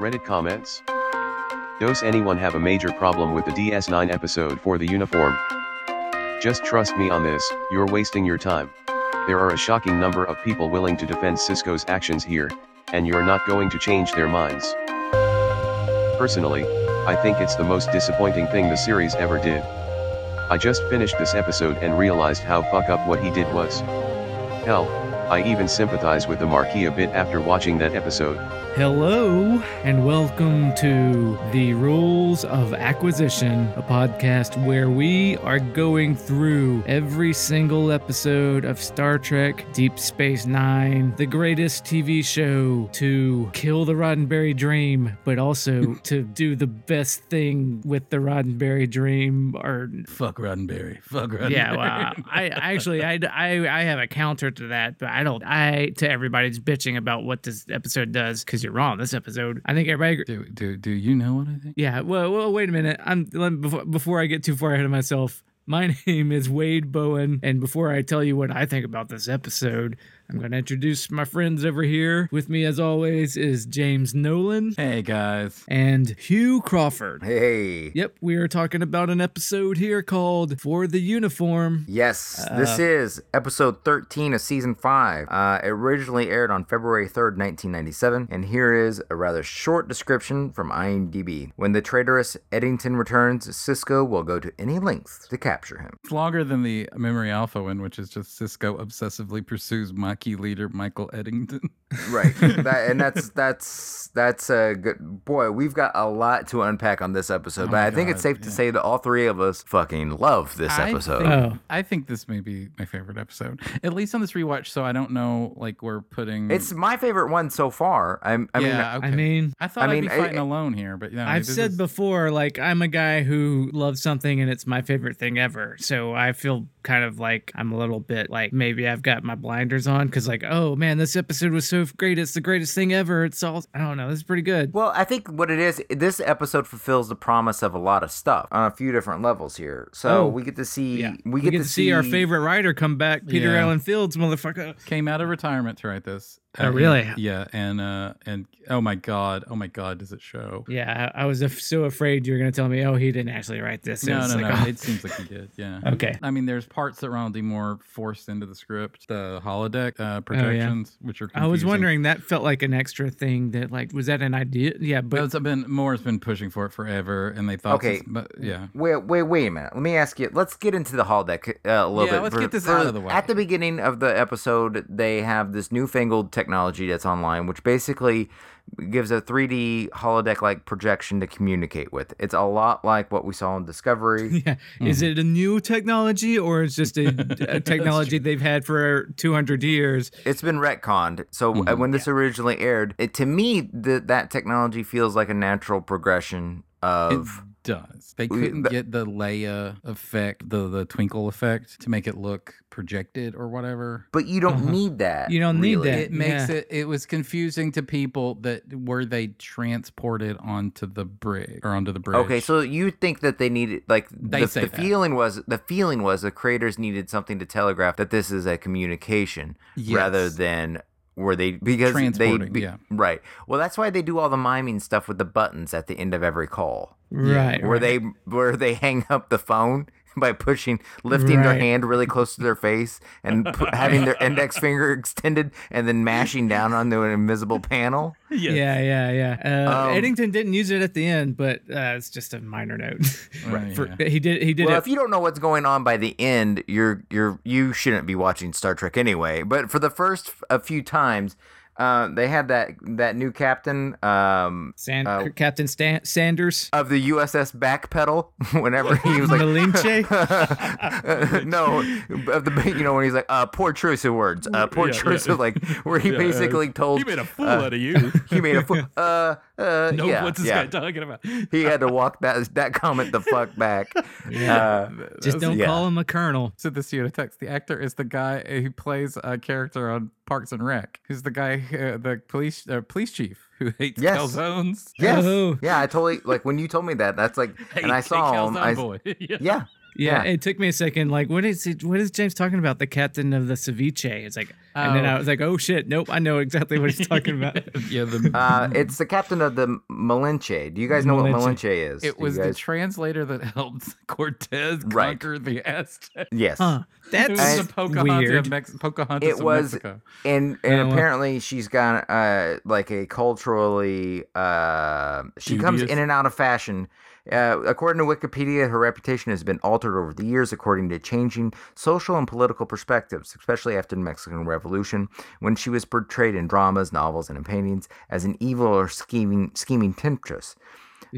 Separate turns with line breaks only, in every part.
Reddit comments. Does anyone have a major problem with the DS9 episode for the uniform? Just trust me on this, you're wasting your time. There are a shocking number of people willing to defend Cisco's actions here, and you're not going to change their minds. Personally, I think it's the most disappointing thing the series ever did. I just finished this episode and realized how fuck up what he did was. Hell, I even sympathize with the Marquis a bit after watching that episode.
Hello, and welcome to The Rules of Acquisition, a podcast where we are going through every single episode of Star Trek, Deep Space Nine, the greatest TV show to kill the Roddenberry dream, but also to do the best thing with the Roddenberry dream or
Fuck Roddenberry. Fuck Roddenberry.
yeah, well, I actually, I, I, I have a counter to that, but I don't. I to everybody's bitching about what this episode does because you're wrong. This episode, I think everybody. Agree-
Do, do, do you know what I think?
yeah, well, well, wait a minute. I'm let me- before, before I get too far ahead of myself. My name is Wade Bowen, and before I tell you what I think about this episode, I'm going to introduce my friends over here. With me, as always, is James Nolan
Hey guys.
and Hugh Crawford.
Hey.
Yep, we are talking about an episode here called For the Uniform.
Yes,
Uh,
this is episode 13 of season 5. Uh, it originally aired on February 3rd, 1997, and here is a rather short description from IMDb. When the traitorous Eddington returns, Cisco will go to any lengths to capture him.
It's longer than the Memory Alpha one, which is just Cisco obsessively pursues Maquis leader Michael Eddington.
Right. that, and that's that's that's a good boy. We've got a lot to unpack on this episode, but
Oh my
I think
God,
it's safe
yeah.
to say that all three of us fucking love this episode.
I
Oh.
think, I think this may be my favorite episode, at least on this rewatch. So I don't know, like we're putting.
it's my favorite one so far. I'm, I mean,
yeah. okay.
I mean,
I thought I
I
would
mean,
be
I-
fighting alone here, but yeah,
I've said before, like I'm a guy who loves something and it's my favorite thing ever. So I feel kind of like I'm a little bit like maybe I've got my blinders on because like oh man, this episode was so great. It's the greatest thing ever. It's all I don't know. This is pretty good.
Well, I think what it is, this episode fulfills the promise of a lot of stuff on a few different levels here. So
Oh,
we get to
Mm,
see,
yeah.
we, get
to see our favorite writer come back, Peter
Yeah.
Allen Fields, motherfucker.
came out of retirement to write this.
Oh,
Uh,
really?
Yeah, and uh, and oh my god, oh my god, does it show?
Yeah, I I was af- so afraid you were gonna tell me, oh, he didn't actually write this. It
No,
was
no,
like,
no.
oh.
It seems like he did. Yeah.
Okay.
I mean, there's parts that Ronald D. Moore forced into the script, the holodeck uh, projections, which are. Confusing.
Oh, I was wondering. That felt like an extra thing. That like was that an idea? Yeah, but
But it's been Moore's been pushing for it forever, and they thought.
Okay.
this- but yeah.
Wait, wait, wait a minute. Let me ask you. Let's get into the holodeck uh, a little
Yeah,
bit.
let's get this out of the way.
At the beginning of the episode, they have this newfangled technology that's online, which basically gives a 3D holodeck-like projection to communicate with. It's a lot like what we saw in Discovery.
Yeah. Is
Mm-hmm.
it a new technology or it's just a, a technology they've had for 200 years?
It's been retconned. So uh,
Mm-hmm.
when this originally aired, it, to me, th- that technology feels like a natural progression of.
Does they
We-
couldn't
the-
get the Leia effect, the the twinkle effect, to make it look projected or whatever?
But you don't
Mm-hmm.
Uh-huh.
need that.
You don't need
really.
that.
It makes
Yeah.
it. It was confusing to people that were they transported onto the brig or onto the bridge.
Okay, so you think that they needed like
They
the,
say
the
that.
feeling was the feeling was the creators needed something to telegraph that this is a communication rather
Yes.
than were they because they
Transporting, yeah.
right. Well, that's why they do all the miming stuff with the buttons at the end of every call.
Right.
Where they where they hang up the phone by pushing lifting their
Right.
hand really close to their face and p- having their index finger extended and then mashing down onto an invisible panel.
Yeah, yeah, yeah. Uh,
Um,
Eddington didn't use it at the end, but uh, it's just a minor note.
Right,
For-
Oh, yeah.
He did. He did
well,
it.
if you don't know what's going on by the end, you're you're you shouldn't be watching Star Trek anyway. But for the first f- a few times, uh, they had that that new captain um,
San-
uh,
Captain Stan- Sanders.
of the USS Backpedal. Whenever he was like,
Malinche?
no, of the you know when he's like, uh, poor choice of words, uh, poor choice of like, where he basically told
You made a fool
uh,
out of you.
he made a fool. Uh, uh,
No,
yeah,
what's this
yeah.
guy talking about?
He had to walk that that comment the fuck back. Uh,
Just don't
yeah.
call him a colonel.
So this unit text. The actor is the guy who plays a character on Parks and Rec. Who's the guy, uh, the police uh, police chief who hates
Yes.
calzones?
Yes.
Oh.
Yeah, I totally like when you told me that. That's like,
Hey,
and I
hey,
saw him.
calzone
I,
boy.
yeah,
Yeah,
Yeah.
it took me a second. Like, what is it, what is James talking about? The captain of the ceviche. It's like, and then
Oh.
I was like, oh shit, nope, I know exactly what he's talking about.
yeah, the,
Uh, it's the captain of the Malinche. Do you guys know what
Malinche.
Malinche is?
it
Do
was
you
the
guys...
translator that helped Cortez
Right.
conquer the Aztecs.
yes.
Huh?
It was
That's
the Pocahontas
weird.
of, Mex- Pocahontas
It
of
was-
Mexico.
And and
well.
apparently she's got uh like a culturally uh she comes
Dubious.
in and out of fashion. Uh, according to Wikipedia, her reputation has been altered over the years according to changing social and political perspectives, especially after the Mexican Revolution, when she was portrayed in dramas, novels, and in paintings as an evil or scheming scheming temptress.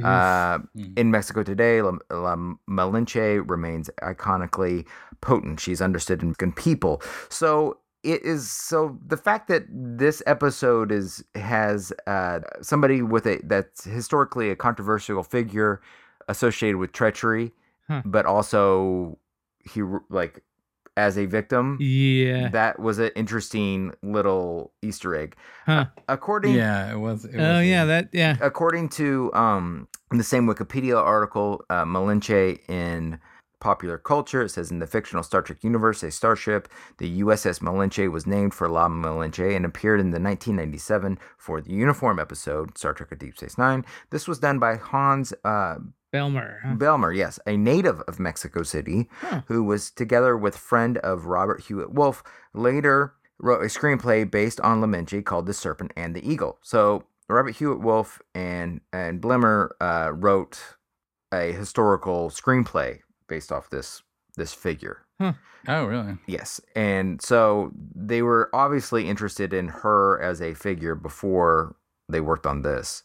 Uh,
Mm-hmm.
in Mexico today, La, La Malinche remains iconically potent. She's understood in Mexican people. So it is so the fact that this episode is has uh, somebody with a that's historically a controversial figure associated with treachery,
Huh.
but also he r- like as a victim.
Yeah.
That was an interesting little Easter egg.
Huh.
According
Yeah, it was. It
Oh
was
yeah,
a-
that yeah.
according to um, the same Wikipedia article, uh, Malinche in popular culture, it says in the fictional Star Trek universe, a starship, the USS Malinche was named for La Malinche and appeared in the 1997 for the uniform episode Star Trek: A Deep Space Nine. This was done by Hans uh,
Belmer. huh?
Belmer, yes, a native of Mexico City,
Huh.
who was together with friend of Robert Hewitt Wolf, later wrote a screenplay based on La Minche called The Serpent and the Eagle. So Robert Hewitt Wolf and and Blemmer uh, wrote a historical screenplay based off this this figure.
Oh really?
Yes, and so they were obviously interested in her as a figure before they worked on this.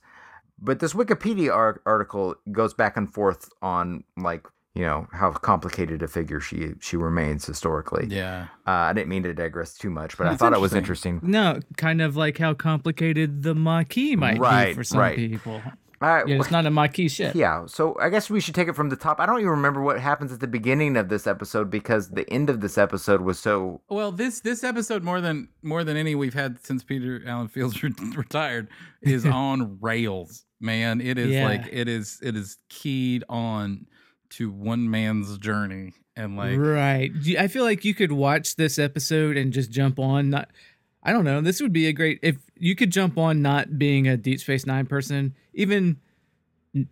But this Wikipedia ar- article goes back and forth on like you know how complicated a figure she she remains historically.
Yeah.
Uh, I didn't mean to digress too much, but I
That's
thought it was
interesting.
interesting.
No, kind of like how complicated the maquis might be
Right,
for some
right.
people.
All right,
Uh, Yeah, it's not a maquis ship.
Yeah, so I guess we should take it from the top. I don't even remember what happens at the beginning of this episode because the end of this episode was so
Well, this this episode more than more than any we've had since Peter Allen Fields re- retired is on rails, man. It is
Yeah.
like it is it is keyed on to one man's journey and like
right. Do you- I feel like you could watch this episode and just jump on. Not, I don't know. This would be a great if you could jump on not being a Deep Space Nine person. Even,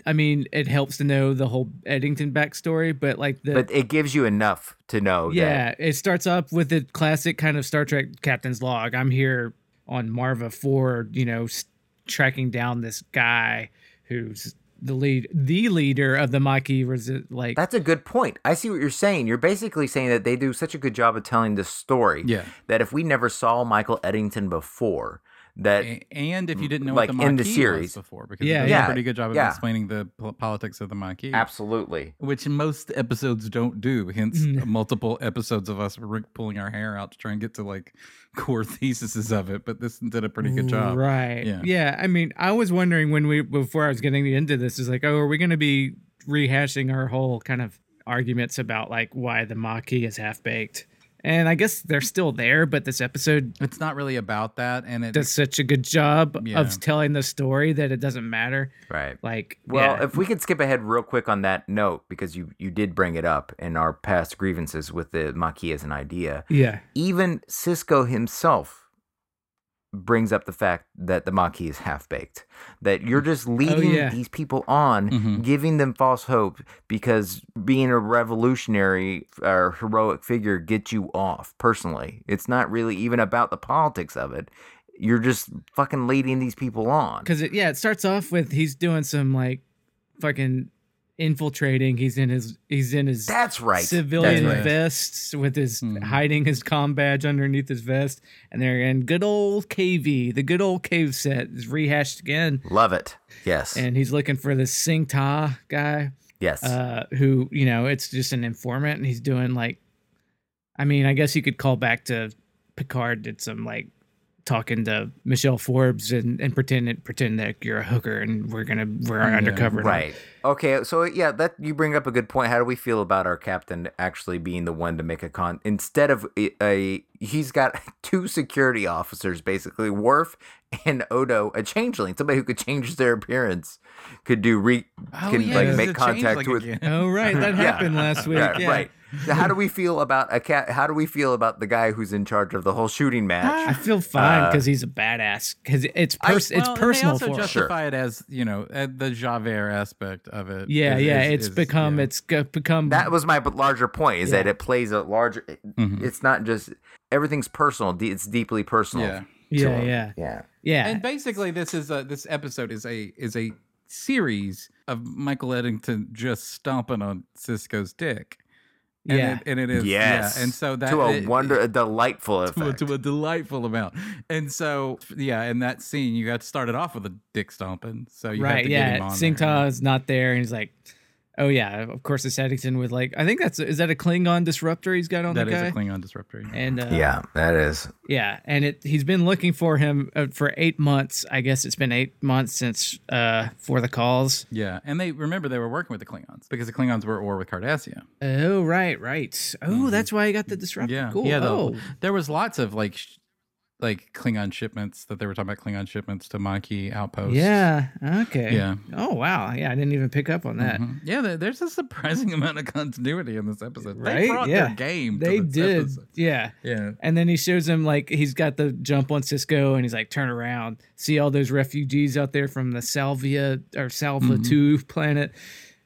I mean, it helps to know the whole Eddington backstory, but like the
but it gives you enough to know that
yeah, it starts up with the classic kind of Star Trek captain's log. I'm here on Marva Four, you know, s- tracking down this guy who's the lead, the leader of the Maquis. Resi- like,
That's a good point. I see what you're saying. You're basically saying that they do such a good job of telling this story
Yeah.
that if we never saw Michael Eddington before, that
A- And if you didn't know
Like,
what the
in the
Maquis
series.
was before, because
Yeah,
yeah, does
yeah.
a pretty good job of
Yeah.
explaining the pol- politics of the Maquis,
absolutely.
which most episodes don't do. Hence,
Mm.
multiple episodes of us were pulling our hair out to try and get to like core theses of it. But this did a pretty good job.
Right. Yeah.
Yeah.
I mean, I was wondering when we before I was getting into this is like, oh, are we going to be rehashing our whole kind of arguments about like why the Maquis is half baked? And I guess they're still there, but this episode
It's not really about that, and it
does such a good job
Yeah.
of telling the story that it doesn't matter.
Right.
Like,
Well,
yeah.
if we could skip ahead real quick on that note, because you, you did bring it up in our past grievances with the Maquis as an idea.
yeah,
Even Cisco himself brings up the fact that the Maquis is half baked. That you're just
Mm.
leading
Oh, yeah. Mm-hmm.
these people on,
Mhm.
giving them false hope because being a revolutionary or heroic figure gets you off personally. It's not really even about the politics of it. You're just fucking leading these people on.
because it yeah it starts off with he's doing some like fucking infiltrating. He's in his he's in his
That's right.
civilian
That's right.
vests with his hiding his com badge underneath his vest, and they're in good old KV. The good old cave set is rehashed again,
Love it. Yes.
and he's looking for this Sing Ta guy,
yes.
uh, who you know it's just an informant, and he's doing like, I mean, I guess you could call back to Picard did some like talking to Michelle Forbes and, and pretend it, pretend that you're a hooker and we're gonna we're undercover. now.
Right. Okay. So yeah, that you bring up a good point. How do we feel about our captain actually being the one to make a con instead of a, a he's got two security officers basically, Worf and Odo, a changeling, somebody who could change their appearance, could do re
Oh,
can
yeah,
like
he's
make
a
contact
changeling
with.
again.
Oh right, that happened last week.
Right,
yeah.
right. So how do we feel about a cat? How do we feel about the guy who's in charge of the whole shooting
Ah, I
match?
feel
Uh,
fine because he's a badass. Because it's pers-
Well,
it's
and
personal
They
for
also
him.
justify it as you know uh, the Javert aspect of it.
Yeah,
is-
yeah.
is-
It's
is-
become
yeah.
it's go- become
that was my b- larger point is that it plays a larger.
Mhm.
It's not just everything's personal. de- It's deeply personal.
yeah.
yeah,
to-
yeah,
Yeah.
yeah.
And basically, this is a this episode is a is a series of Michael Eddington just stomping on Cisco's dick. And
Yeah.
it, and it is
Yes.
yeah. And so that
to a
it-
wonder, a delightful
to a,
effect.
to a delightful amount. And so yeah, in that scene, you got started off with a dick stomping. So you have
right,
to get him
yeah.
on
Singh
there.
Ta's not there, and he's like, "Oh yeah, of course it's Eddington with like I think that's is that a Klingon disruptor he's got on
That
the
is
guy."
a Klingon disruptor. yeah.
and uh, yeah,
yeah, that is.
yeah, and it he's been looking for him uh, for eight months. I guess it's been eight months since uh for the calls.
Yeah, and they remember they were working with the Klingons because the Klingons were at war with Cardassia.
Oh right, right. Oh, that's why he got the disruptor.
Mm-hmm. Yeah,
cool.
yeah. the-
oh,
There was lots of like, sh- like Klingon shipments that they were talking about Klingon shipments to Maquis outposts.
yeah. Okay.
yeah,
Oh wow. Yeah, I didn't even pick up on that.
Mhm. yeah. there- There's a surprising amount of continuity in this episode.
Right?
They brought
Yeah.
their game. to
They
this
did.
episode.
Yeah.
Yeah.
And then he shows him like he's got the jump on Cisco and he's like, turn around, see all those refugees out there from the Salvia or Salva 2 planet.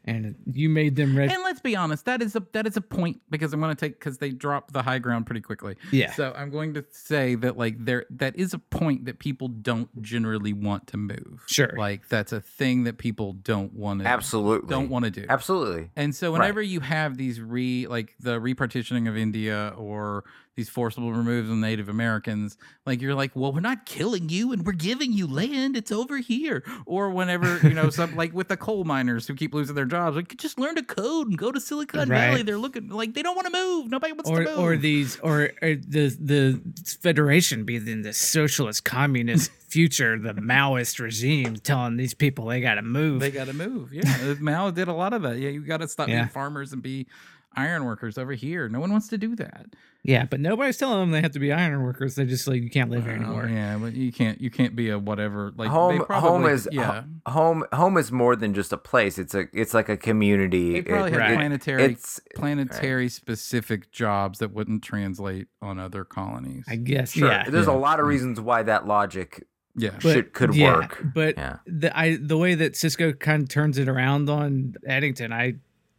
And you made them ref-
And let's be honest, that is a that is a point because I'm going to take because they drop the high ground pretty quickly.
Yeah.
So I'm going to say that like there that is a point that people don't generally want to move.
Sure.
Like that's a thing that people don't want to
Absolutely.
don't want to do.
Absolutely.
And so
Right.
whenever you have these re like the repartitioning of India or these forcible removes of Native Americans, like you're like, well, we're not killing you and we're giving you land. It's over here. Or whenever you know some like with the coal miners who keep losing their jobs, like just learn to code and go to Silicon
Right.
Valley. They're looking like they don't want to move. Nobody wants to
or
move.
or these or, or the the Federation being in this socialist communist future, the Maoist regime telling these people they gotta move.
they got to move. Yeah, Uh, Mao did a lot of that. Yeah, you got to stop
Yeah.
being farmers and be iron workers over here. No one wants to do that.
yeah, but nobody's telling them they have to be iron workers. They just like you can't live here
Well,
anymore.
Yeah, but you can't you can't be a whatever like they
home
probably-
home is
yeah.
ho- home home is more than just a place. It's a it's like a community.
They probably
It-
had
Right.
planetary
It's
planetary specific jobs that wouldn't translate on other colonies.
I guess.
sure.
Yeah.
There's
Yeah.
a lot of reasons why that logic
yeah.
But-
should could
yeah,
work.
But
Yeah.
the I the way that Cisco kind of turns it around on Eddington, I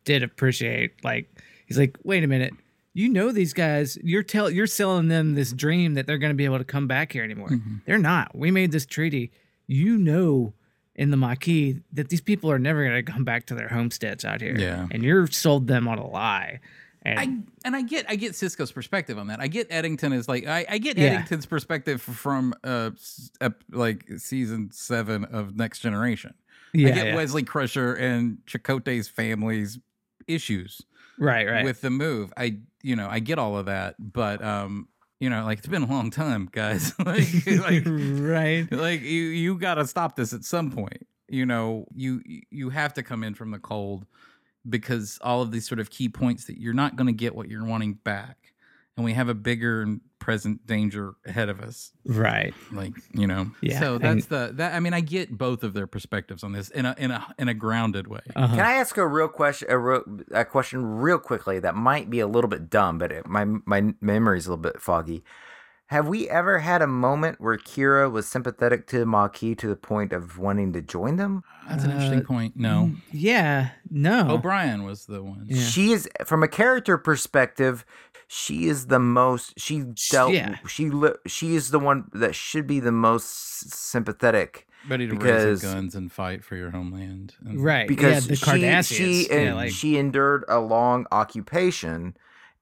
did appreciate. Like he's like, wait a minute, you know these guys, you're tell you're selling them this dream that they're going to be able to come back here anymore.
Hmm.
Mm-hmm.
They're not. We made this treaty. You know. In the Maquis, that these people are never going to come back to their homesteads out here,
Yeah.
and you're sold them on a lie. And
I and I get I get Cisco's perspective on that. I get Eddington is like I, I get
Yeah.
Eddington's perspective from uh s- ep- like season seven of Next Generation. I
yeah,
get
yeah.
Wesley Crusher and Chakotay's family's issues.
right, right,
with the move. I you know I get all of that, but um you know like it's been a long time, guys. like like,
right.
like you you got to stop this at some point. You know you you have to come in from the cold because all of these sort of key points that you're not going to get what you're wanting back, and we have a bigger and present danger ahead of us
Right.
like you know
Yeah,
so
and-
that's the that i mean i get both of their perspectives on this in a in a in a grounded way
Uh-huh.
Can I ask a real question? A, real, a question, real quickly that might be a little bit dumb, but it, my my memory's a little bit foggy. Have we ever had a moment where Kira was sympathetic to Maquis to the point of wanting to join them?
that's an interesting point no
yeah. No.
o'brien was the one
mm, oh. Yeah.
She is, from a character perspective, she is the most. She dealt.
yeah.
She li- she is the one that should be the most sympathetic
ready to
Because-
raise your guns and fight for your homeland. And
Right.
because
yeah, the
she
Cardassians.
she,
yeah,
en-
like,
she endured a long occupation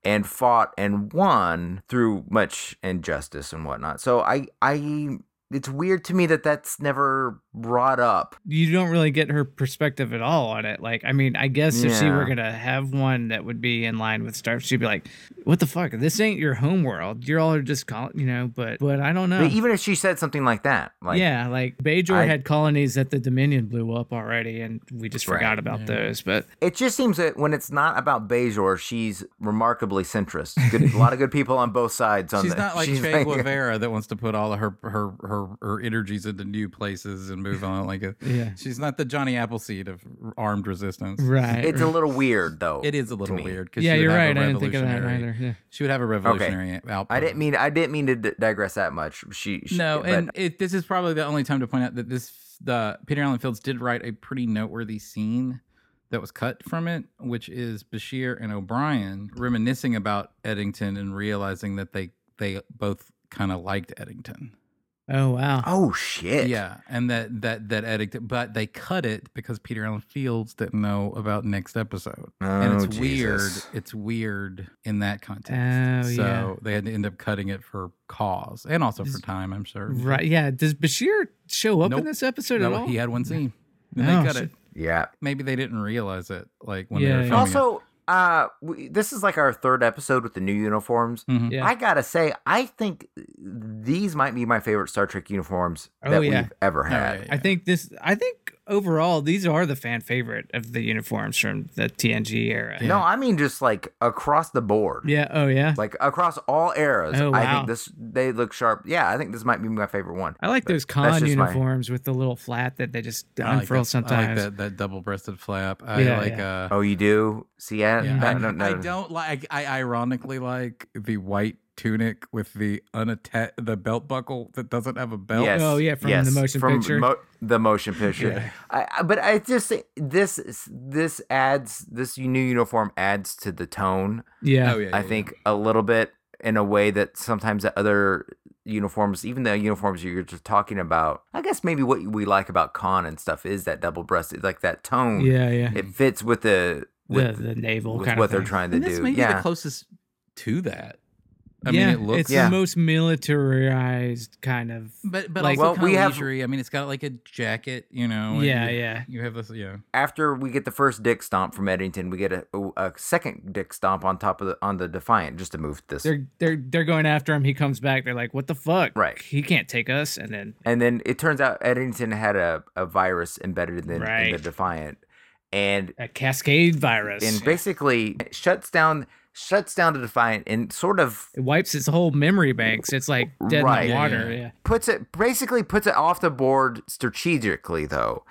and fought and won through much injustice and whatnot. So I I it's weird to me that that's never brought up.
you don't really get her perspective at all on it. Like, I mean, I guess if she were
Yeah.
gonna have one that would be in line with Star, she'd be like, "What the fuck? This ain't your home world. You're all just calling, you know." But but I don't know.
But even if she said something like that, like
yeah, like Bajor
I-
had colonies that the Dominion blew up already, and we just
Right.
forgot about
Yeah.
those. But
It just seems that when it's not about Bejor, she's remarkably centrist. Good, a lot of good people on both sides. On
She's
the,
not like Che
like-
Guevara that wants to put all of her her her her energies into new places and move on. Like a,
yeah,
she's not the Johnny Appleseed of armed resistance.
right.
It's a little weird, though.
It is a little
me.
weird because
yeah, you're right. I didn't think of that either. Yeah.
She would have a revolutionary output.
I didn't mean. I didn't mean to d- digress that much. She. she
No,
but
and it, this is probably the only time to point out that this the Peter Allen Fields did write a pretty noteworthy scene that was cut from it, which is Bashir and O'Brien reminiscing about Eddington and realizing that they they both kind of liked Eddington.
Oh wow.
oh shit.
Yeah, and that that that Eddington, but they cut it because Peter Allen Fields didn't know about next episode,
Oh,
and it's
Jesus.
weird. It's weird in that
Oh,
context. so
yeah.
they had to end up cutting it for cause and also for
Is-
time. I'm sure.
Right. Yeah. Does Bashir show up in
Nope.
this episode at
No,
all?
he had one scene. And
Oh,
they cut
shit.
it.
Yeah.
Maybe they didn't realize it, like when
Yeah,
they were
yeah.
filming it.
Also, uh, we, this is like our third episode with the new uniforms.
Mhm.
Yeah.
I gotta say, I think these might be my favorite Star Trek uniforms
Oh,
that
yeah.
we've ever
Oh,
had.
yeah,
I
yeah.
think this. I think overall, these are the fan favorite of the uniforms from the TNG era.
Yeah.
No, I mean just like across the board.
Yeah. Oh yeah.
Like across all eras,
Oh,
I
wow.
think this they look sharp. Yeah, I think this might be my favorite one.
I like
But
those
that's
con
just my-
uniforms with the little flat that they just
I like
unfurl
that- I like
sometimes.
that, that double breasted flap. I
Yeah,
like uh
Oh, you do? See, I,
Yeah,
I,
I,
don't know.
I don't like. I ironically like the white tunic with the unattached the belt buckle that doesn't have a belt.
Yes.
Oh, yeah, from the
yes,
motion
from
picture.
mo- the motion picture.
Yeah.
I, I- but I just this this adds this new uniform adds to the tone.
Yeah.
Oh, yeah.
I think a little bit in a way that sometimes the other uniforms, even the uniforms you're just talking about, I guess maybe what we like about con and stuff is that double breasted, like that tone.
Yeah. Yeah.
It fits with the Oh, with,
the, the naval
with
kind
what
of
they're
thing.
trying to
And this
do.
may be
yeah.
the closest to that. I
yeah,
mean, it looks.
it's
Yeah.
the most militarized kind of.
But but
like-
also
Well,
kind
we
of
have-
leisurely. I mean, it's got like a jacket, you know. and
Yeah.
you,
Yeah.
You have this, yeah.
after we get the first dick stomp from Eddington, we get a, a second dick stomp on top of the on the Defiant just to move this.
They're they're they're going after him. He comes back. They're like, "What the fuck?
Right.
He can't take us." And then
and then it turns out Eddington had a, a virus embedded in the, in the
Right.
Defiant, and
a cascade virus.
and basically shuts down shuts down the Defiant and sort of
it wipes its whole memory banks. It's like dead
Right.
in the
Yeah,
water.
yeah.
yeah.
puts it basically puts it off the board strategically though,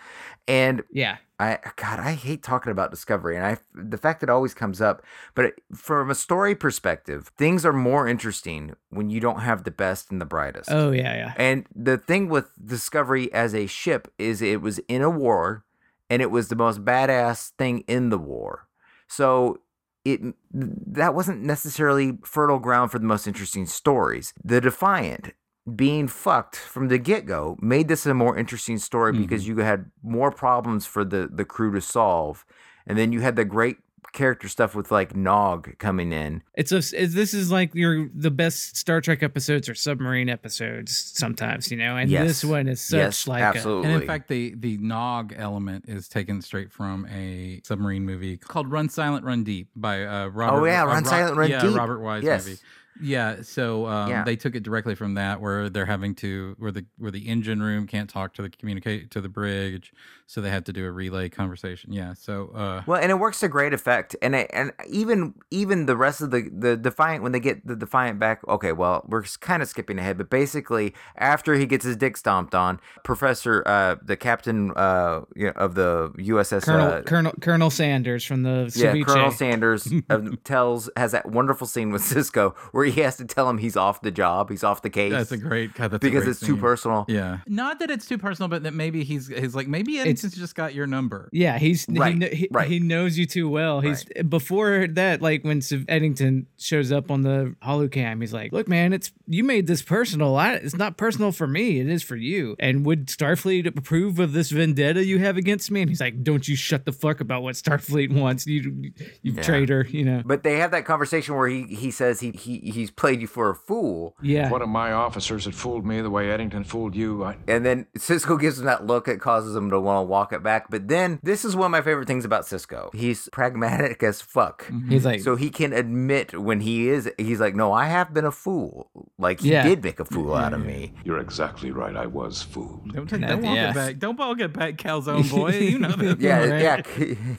and
Yeah.
I God, I hate talking about Discovery, and I the fact that it always comes up. But it, from a story perspective, things are more interesting when you don't have the best and the brightest.
Oh yeah, yeah.
And the thing with Discovery as a ship is it was in a war and it was the most badass thing in the war. So it that wasn't necessarily fertile ground for the most interesting stories. The Defiant being fucked from the get-go made this a more interesting story because
Mm-hmm.
you had more problems for the the crew to solve. And then you had the great character stuff with like Nog coming in.
It's a it's, this is like your the best Star Trek episodes or submarine episodes sometimes, you know. And this
Yes.
one is such
yes,
like
absolutely.
And in fact, the the nog element is taken straight from a submarine movie called Run Silent, Run Deep by uh, Robert.
Oh, yeah,
uh,
Run Silent, Run
yeah,
Deep.
Robert Wise
Yes.
movie. Yeah, so um,
Yeah.
they took it directly from that, where they're having to where the where the engine room can't talk to the communicate to the bridge, so they have to do a relay conversation. Yeah, so uh,
Well, and it works to great effect, and it, and even even the rest of the the defiant when they get the defiant back. Okay, well we're kind of skipping ahead, but basically after he gets his dick stomped on, Professor uh the captain uh you know, of the USS
Colonel
uh,
Colonel Colonel Sanders from the
yeah
ceviche.
Colonel Sanders uh, tells has that wonderful scene with Cisco where he has to tell him he's off the job, he's off the case
that's a great God, that's a
because
great
it's too
scene.
personal.
Yeah, not that it's too personal, but that maybe he's he's like maybe Edison's just got your number.
Yeah, he's
Right,
he, kn- he,
right.
he knows you too well. He's before that, like when Civ- Eddington shows up on the holocam, he's like, "Look, man, it's you made this personal. I, it's not personal for me. It is for you. And would Starfleet approve of this vendetta you have against me?" And he's like, "Don't you shut the fuck about what Starfleet wants. You, you
Yeah.
traitor. You know."
But they have that conversation where he he says he he he's played you for a fool.
Yeah.
One of my officers had fooled me the way Eddington fooled you. I,
And then Cisco gives him that look that causes him to want to walk it back. But then this is one of my favorite things about Cisco. He's pragmatic as fuck.
He's like,
So he can admit when he is, he's like, no, I have been a fool. Like he
Yeah.
did make a fool out of me.
you're exactly right. I was fooled.
Don't take
Not
don't
the
walk
ass.
it back. Don't walk it back, calzone boy. You know that.
Yeah,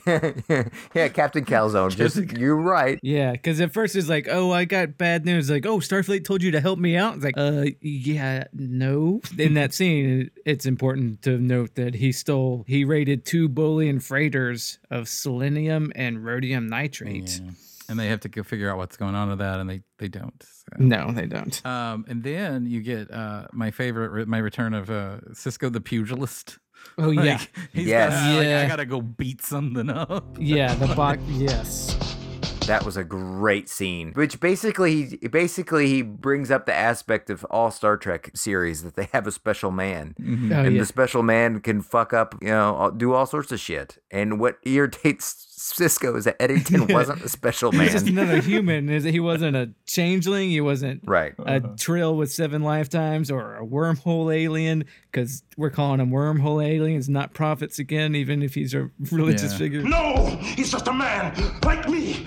yeah, yeah, Captain Calzone. Just you're right.
yeah, because at first it's like, oh, I got bad news. Like, oh, Starfleet told you to help me out. It's like, uh, yeah, no. In that scene, it's important to note that he stole, he raided two Bolian freighters of selenium and rhodium nitrate.
Yeah. And they have to go figure out what's going on with that, and they they don't. So.
No, they don't.
Um, and then you get uh, my favorite, re- my return of uh, Cisco the pugilist.
Oh, yeah.
Like, he's
Yes.
gotta, like,
Yeah.
I gotta go beat something up.
Yeah, the box. Yes.
That was a great scene. Which basically he basically he brings up the aspect of all Star Trek series that they have a special man.
Mhm.
Oh,
and
yeah.
the special man can fuck up, you know, all- do all sorts of shit. And what irritates Cisco is that Eddington wasn't a special
He
man.
was just another human. Is He wasn't a changeling. He wasn't
right.
a
Uh-huh.
trill with seven lifetimes or a wormhole alien because we're calling him wormhole aliens, not prophets again, even if he's a religious
Yeah.
figure.
No, he's just a man like me.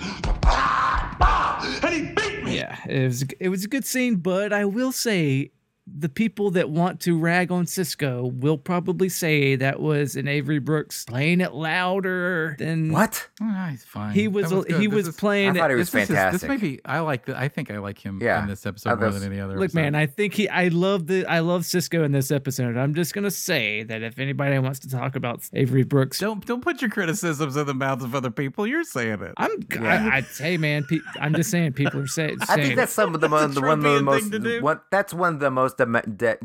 Ah, ah, and he beat me.
Yeah, it was it was a good scene, but I will say the people that want to rag on Cisco will probably say that was an Avery Brooks playing it louder than
What?
Ah, he's fine.
he
That
was,
good.
he
This
was
is-
I
playing it
thought he was
this is his-
fantastic.
this may be. I like. The, I think I like him
Yeah.
in this episode more
Others-
than any other.
Look,
episode.
man, I think he. I love the. I love Cisco in this episode. I'm just gonna say that if anybody wants to talk about Avery Brooks,
don't don't put your criticisms in the mouths of other people. You're saying it.
I'm. I, I, hey, man, pe- I'm just saying people are say, saying.
I think that's some of the, mo-
That's a
the one of the
Trumpian thing to
most
do.
one, that's one of the most dyma- d-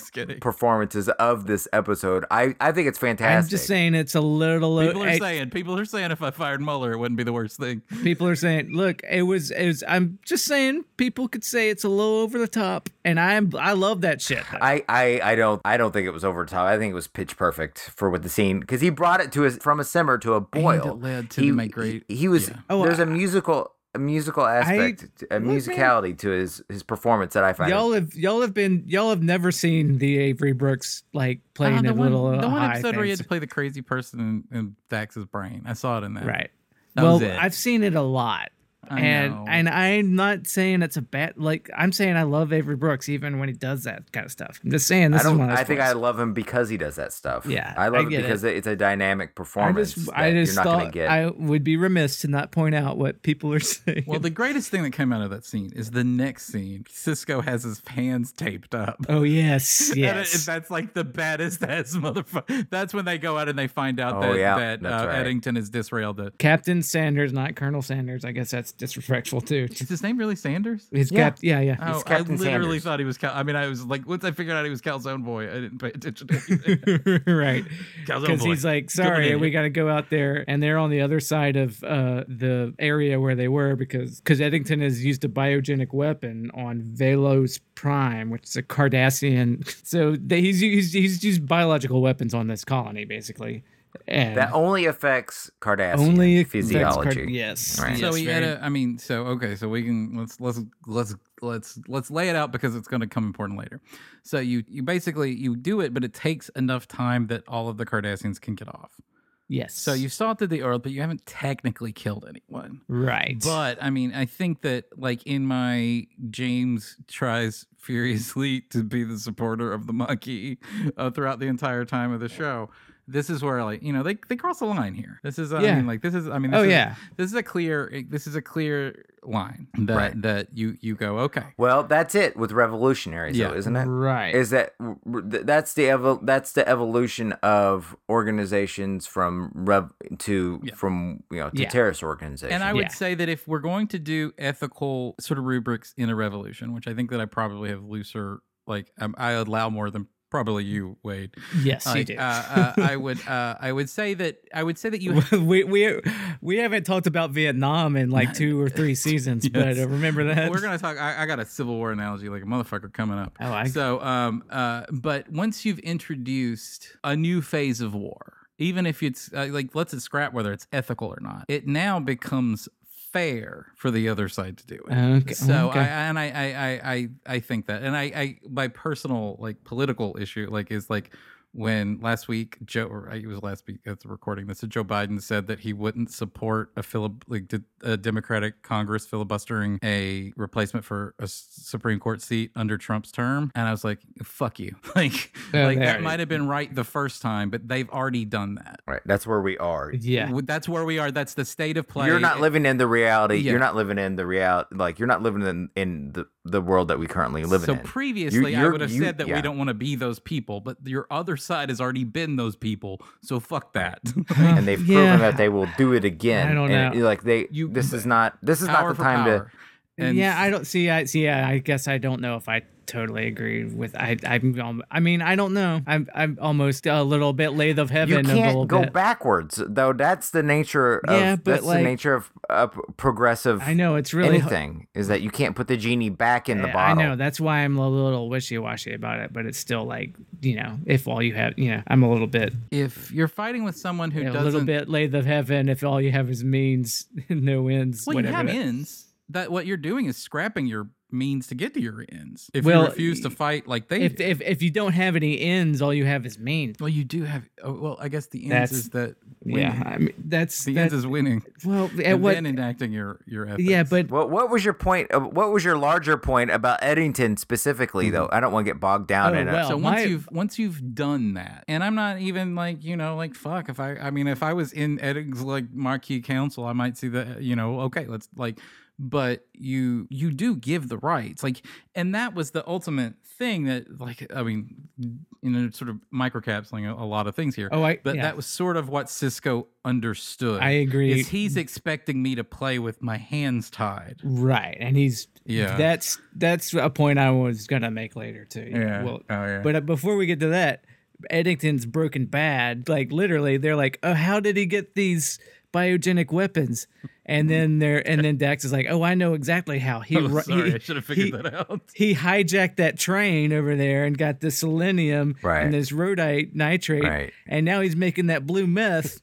Just kidding.
performances of this episode. I, I think it's fantastic.
I'm just saying it's a little. eh,
People are
I-
saying. People are saying if I fired Mueller, it wouldn't be the worst thing.
people are saying, look, it was. It was. I'm just saying people could say it's a little over the top, and I'm. I love that shit.
I, I, I don't I don't think it was over the top. I think it was pitch perfect for what the scene because he brought it to us from a simmer to a boil.
it led to
he,
my great-
He, he was
yeah.
Oh,
there's
I-
a musical a musical aspect a
look, man.
musicality to his his performance that I find.
Y'all have y'all have been y'all have never seen the Avery Brooks like
Ah,
playing
the
a
one,
little
the one
high
episode where you had
things.
to play the crazy person in, in Dax's brain. I saw it in that.
Right.
That
well,
was it.
I've seen it a lot.
I
and
know.
and I'm not saying it's a bad like I'm saying I love Avery Brooks even when he does that kind of stuff. I'm just saying this
I don't.
is one of
I
those
think I
ones.
love him because he does that stuff.
Yeah,
I love
I
it
get it.
because it's a dynamic performance
just
that
I just
you're not gonna
thought
get.
I would be remiss to not point out what people are saying.
Well, the greatest thing that came out of that scene is the next scene. Cisco has his hands taped up.
oh yes,
And it-
yes.
that's like the baddest ass motherfucker. That's when they go out and they find out
Oh,
that,
yeah,
that
that's
uh,
right.
Eddington is disrailed. The,
Captain Sanders, not Colonel Sanders. I guess that's disrespectful too.
is his name really Sanders?
His
Yeah.
cap, yeah, yeah.
Oh, I
Captain
literally
Sanders.
thought he was. Cal- I mean, I was like, once I figured out he was Calzone Boy, I didn't pay attention. to anything.
right,
Calzone
because
Boy.
he's like,
Good one,
sorry,
idiot."
we got to go out there, and they're on the other side of uh, the area where they were because because Eddington has used a biogenic weapon on Velos Prime, which is a Cardassian. So they, he's, he's he's used biological weapons on this colony basically, and
that only affects Cardassian
only affects
physiology.
Card- yes,
Right.
so
yes,
we
very-
had a, I mean, so okay, so we can let's let's let's let's let's lay it out because it's going to come important later. So you you basically you do it, but it takes enough time that all of the Cardassians can get off.
yes.
So you salted the earth, but you haven't technically killed anyone.
right,
But I mean, I think that like in my James tries furiously to be the supporter of the monkey uh, throughout the entire time of the show. This is where like you know they they cross the line here. This is uh,
Yeah.
I mean like this is I mean this
oh
is,
yeah,
this is a clear eh, this is a clear line that
Right.
that you you go okay
Well, that's it with revolutionaries,
Yeah.
though, isn't it?
right.
Is that that's the evol- that's the evolution of organizations from rev to
Yeah.
from you know to
Yeah.
terrorist organizations.
and i would
Yeah.
say that if we're going to do ethical sort of rubrics in a revolution which i think that i probably have looser like um, i allow more than probably you wade
yes, you
Like,
do.
uh, uh, i would uh, i would say that i would say that you
we we we haven't talked about Vietnam in like two or three seasons, but
Yes.
uh, remember that
We're gonna talk. I, I got a Civil War analogy, like a motherfucker coming up.
Oh, I-
so um uh, but once you've introduced a new phase of war, even if it's uh, like let's it's scrap whether it's ethical or not, it now becomes fair for the other side to do it.
Okay.
So
okay.
I and I, I I I I think that, and I I my personal like political issue like is like when last week Joe or it was last week at the recording this Joe Biden said that he wouldn't support a filib like d- a Democratic Congress filibustering a replacement for a s- Supreme Court seat under Trump's term, and I was like, fuck you, like
Yeah,
like
there it
that
is.
might have been right the first time, but they've already done that.
Right. That's where we are.
yeah.
W- That's where we are. That's the state of play.
You're not
It-
living in the reality.
Yeah.
You're not living in the reality. Like you're not living in, in the, the world that we currently live
so
in.
previously, I
you're-
would have
you-
said that we
yeah.
don't want to be those people, but your other side has already been those people. So fuck that.
and they've
Yeah.
proven that they will do it again.
I don't
and
know.
Like they,
You-
this is not. This is not
Power
the
for
time to.
power. And
yeah, I don't see. I see. Yeah, I guess I don't know if I totally agree with. I. I'm. um, I mean, I don't know. I'm. I'm almost a little bit lathe of heaven.
You
a
can't
little
go
bit.
backwards, though. That's the nature. Of,
Yeah, but,
that's
like-
the nature of uh, p- progressive.
I know it's really. h-
anything is that you can't put the genie back in the
I
bottle.
know that's why I'm a little wishy-washy about it, but it's still like you know, if all you have, you know, I'm a little bit,
if you're fighting with someone who
a
doesn't,
little bit lathe of heaven. If all you have is means, no ends.
well, you
whatever
have
that-
ends. That what you're doing is scrapping your means to get to your ends. If
Well,
you refuse to fight like they,
If,
did.
if if you don't have any ends, all you have is means.
well, you do have. oh, Well, I guess the ends
That's-
is that. Winning.
Yeah, I mean that's
The
that,
ends is winning.
well. At
And
what?
then enacting your your ethics.
Yeah, but
What What was your point? uh, What was your larger point about Eddington specifically, though? I don't want to get bogged down
Mm-hmm. Oh,
in it.
well.
So once
my-
you've once you've done that, and I'm not even like you know like fuck if I I mean if I was in Edding's like marquee council, I might see that you know okay let's like, but you you do give the rights like, and that was the ultimate thing that like I mean you know sort of microcapsuling a, a lot of things here.
oh, I
But
yeah,
that was sort of what Cisco understood.
I agree.
is he's expecting me to play with my hands tied.
Right, and he's
Yeah.
That's that's a point I was gonna make later too.
Yeah.
Well,
oh, yeah.
but uh, before we get to that, Eddington's broken bad. Like literally, they're like, "Oh, how did he get these biogenic weapons?" And then they're and then Dax is like, "Oh, I know exactly how he."
Oh,
ru-
sorry,
he-
I should have figured
he-
that out.
He hijacked that train over there and got the selenium
Right.
and this rhodite nitrate,
Right.
and now he's making that blue meth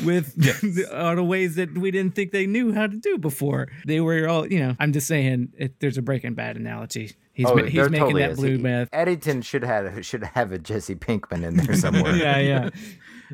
with the, all the ways that we didn't think they knew how to do before. They were all, you know. I'm just saying, it, there's a Breaking Bad analogy. He's, ma- he's
there
making
Oh, totally
that
is.
blue meth.
Eddington should have should have a Jesse Pinkman in there somewhere.
Yeah, yeah.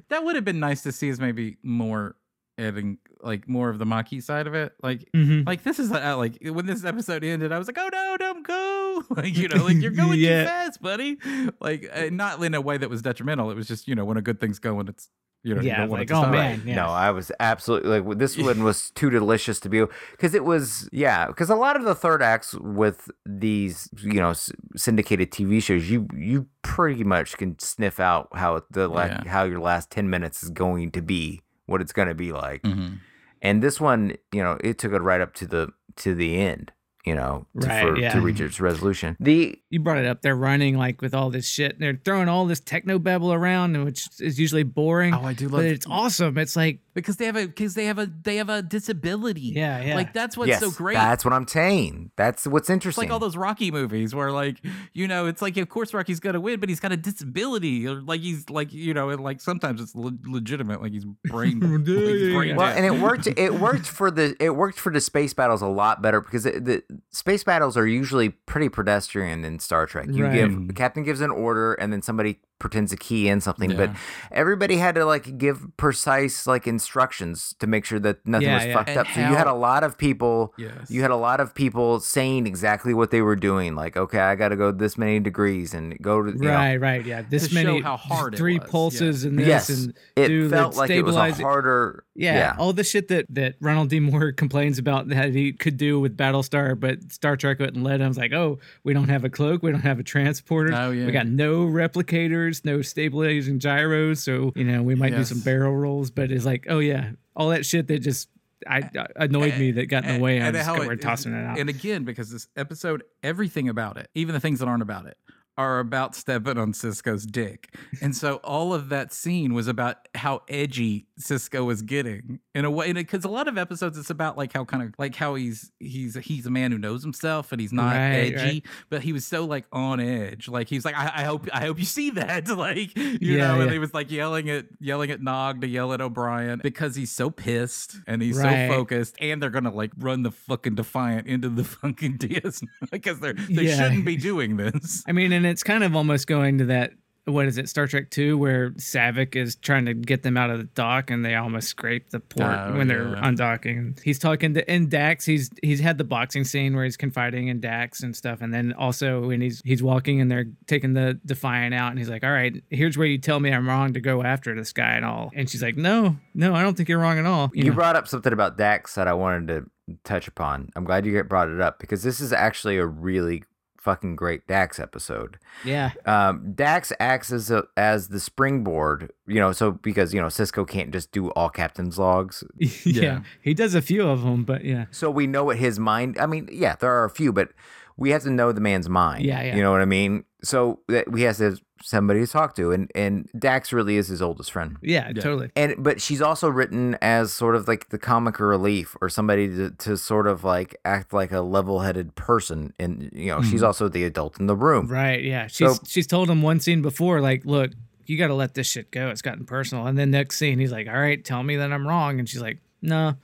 that would have been nice to see is maybe more adding like more of the Maki side of it. Like
Mhm.
like this is uh, like when this episode ended, I was like, oh no, don't go. Like you know, like you're going
Yeah.
too fast, buddy. Like uh, not in a way that was detrimental. It was just you know when a good thing's going, it's you know you
Yeah,
don't want
like,
it to
oh,
stop.
man. yeah.
No, I was absolutely like this one was too delicious to be because it was yeah because a lot of the third acts with these you know s- syndicated TV shows you you pretty much can sniff out how the la-
Yeah.
how your last ten minutes is going to be what it's going to be like
Mhm.
and this one you know it took it right up to the to the end you know to,
Right,
for,
yeah.
to reach its resolution the
you brought it up. They're running like with all this shit. And they're throwing all this techno babble around, which is usually boring.
Oh, I do love
but it's awesome. It's like,
because they have a because they have a they have a disability.
yeah, yeah.
Like that's what's
yes
so great.
that's what I'm saying that's what's
It's
interesting
like all those Rocky movies where like you know it's like of course Rocky's gonna win but he's got a disability or like he's like you know and like sometimes it's le- legitimate like he's brain, like, he's
yeah,
brain
yeah.
Well,
dead.
and it worked. It worked for the. It worked for the space battles a lot better because it, the space battles are usually pretty pedestrian in Star Trek. You
Right.
give the captain gives an order, and then somebody pretends to key in something. But everybody had to like give precise like instructions to make sure that nothing
Yeah,
was
yeah.
fucked
And
up. so you had
how-
a lot of people.
yes
You had a lot of people saying exactly what they were doing. Like, okay, I got to go this many degrees and go to you know.
right, right. Yeah. This
show
many,
how hard it
three
was, yeah.
pulses and this.
Yes,
And
it
do the
felt like it was a
stabilize-
harder.
yeah, all the shit that, that Ronald D. Moore complains about that he could do with Battlestar, but Star Trek wouldn't let him. It's like, oh, we don't have a cloak. We don't have a transporter.
Oh, yeah.
We got no replicators, no stabilizing gyros. So, you know, we might do
Yes.
some barrel rolls, but it's like, oh, yeah, all that shit that just I, uh, annoyed me that got in the way. I
And
just
how
we're
it-
tossing it out.
and again because this episode everything about it even the things that aren't about it are about stepping on Cisco's dick. And so all of that scene was about how edgy Cisco was getting in a way because a lot of episodes it's about like how kind of like how he's he's he's a man who knows himself and he's not
Right,
edgy,
right.
but he was so like on edge. Like he's like, I, I hope I hope you see that. Like, you
Yeah,
know, and
yeah.
he was like yelling at yelling at Nog to yell at O'Brien because he's so pissed and he's
Right.
so focused and they're gonna like run the fucking defiant into the fucking DS because they're they
Yeah.
shouldn't be doing this.
I mean, and it's kind of almost going to that. What is it, Star Trek Two, where Savick is trying to get them out of the dock, and they almost scrape the port
Oh,
when they're
yeah.
undocking. He's talking to and Dax. He's he's had the boxing scene where he's confiding in Dax and stuff, and then also when he's he's walking and they're taking the Defiant out, and he's like, "All right, here's where you tell me I'm wrong to go after this guy and all." And she's like, "No, no, I don't think you're wrong at all."
You
know.
brought up something about Dax that I wanted to touch upon. I'm glad you brought it up because this is actually a really fucking great Dax episode.
yeah,
um, Dax acts as a, as the springboard, you know. So because you know Cisco can't just do all captain's logs,
yeah,
Yeah.
He does a few of them, but yeah,
so we know what his mind. I mean, yeah, there are a few, but we have to know the man's mind.
Yeah, yeah.
You know what I mean? So that we have to have somebody to talk to, and and Dax really is his oldest friend.
yeah,
Yeah.
totally.
And but she's also written as sort of like the comic relief or somebody to, to sort of like act like a level-headed person, and you know she's also the adult in the room.
Mm-hmm. Right. Yeah. She's
So-
she's told him one scene before, like, look, you got to let this shit go. It's gotten personal. And then next scene, he's like, all right, tell me that I'm wrong. And she's like, no,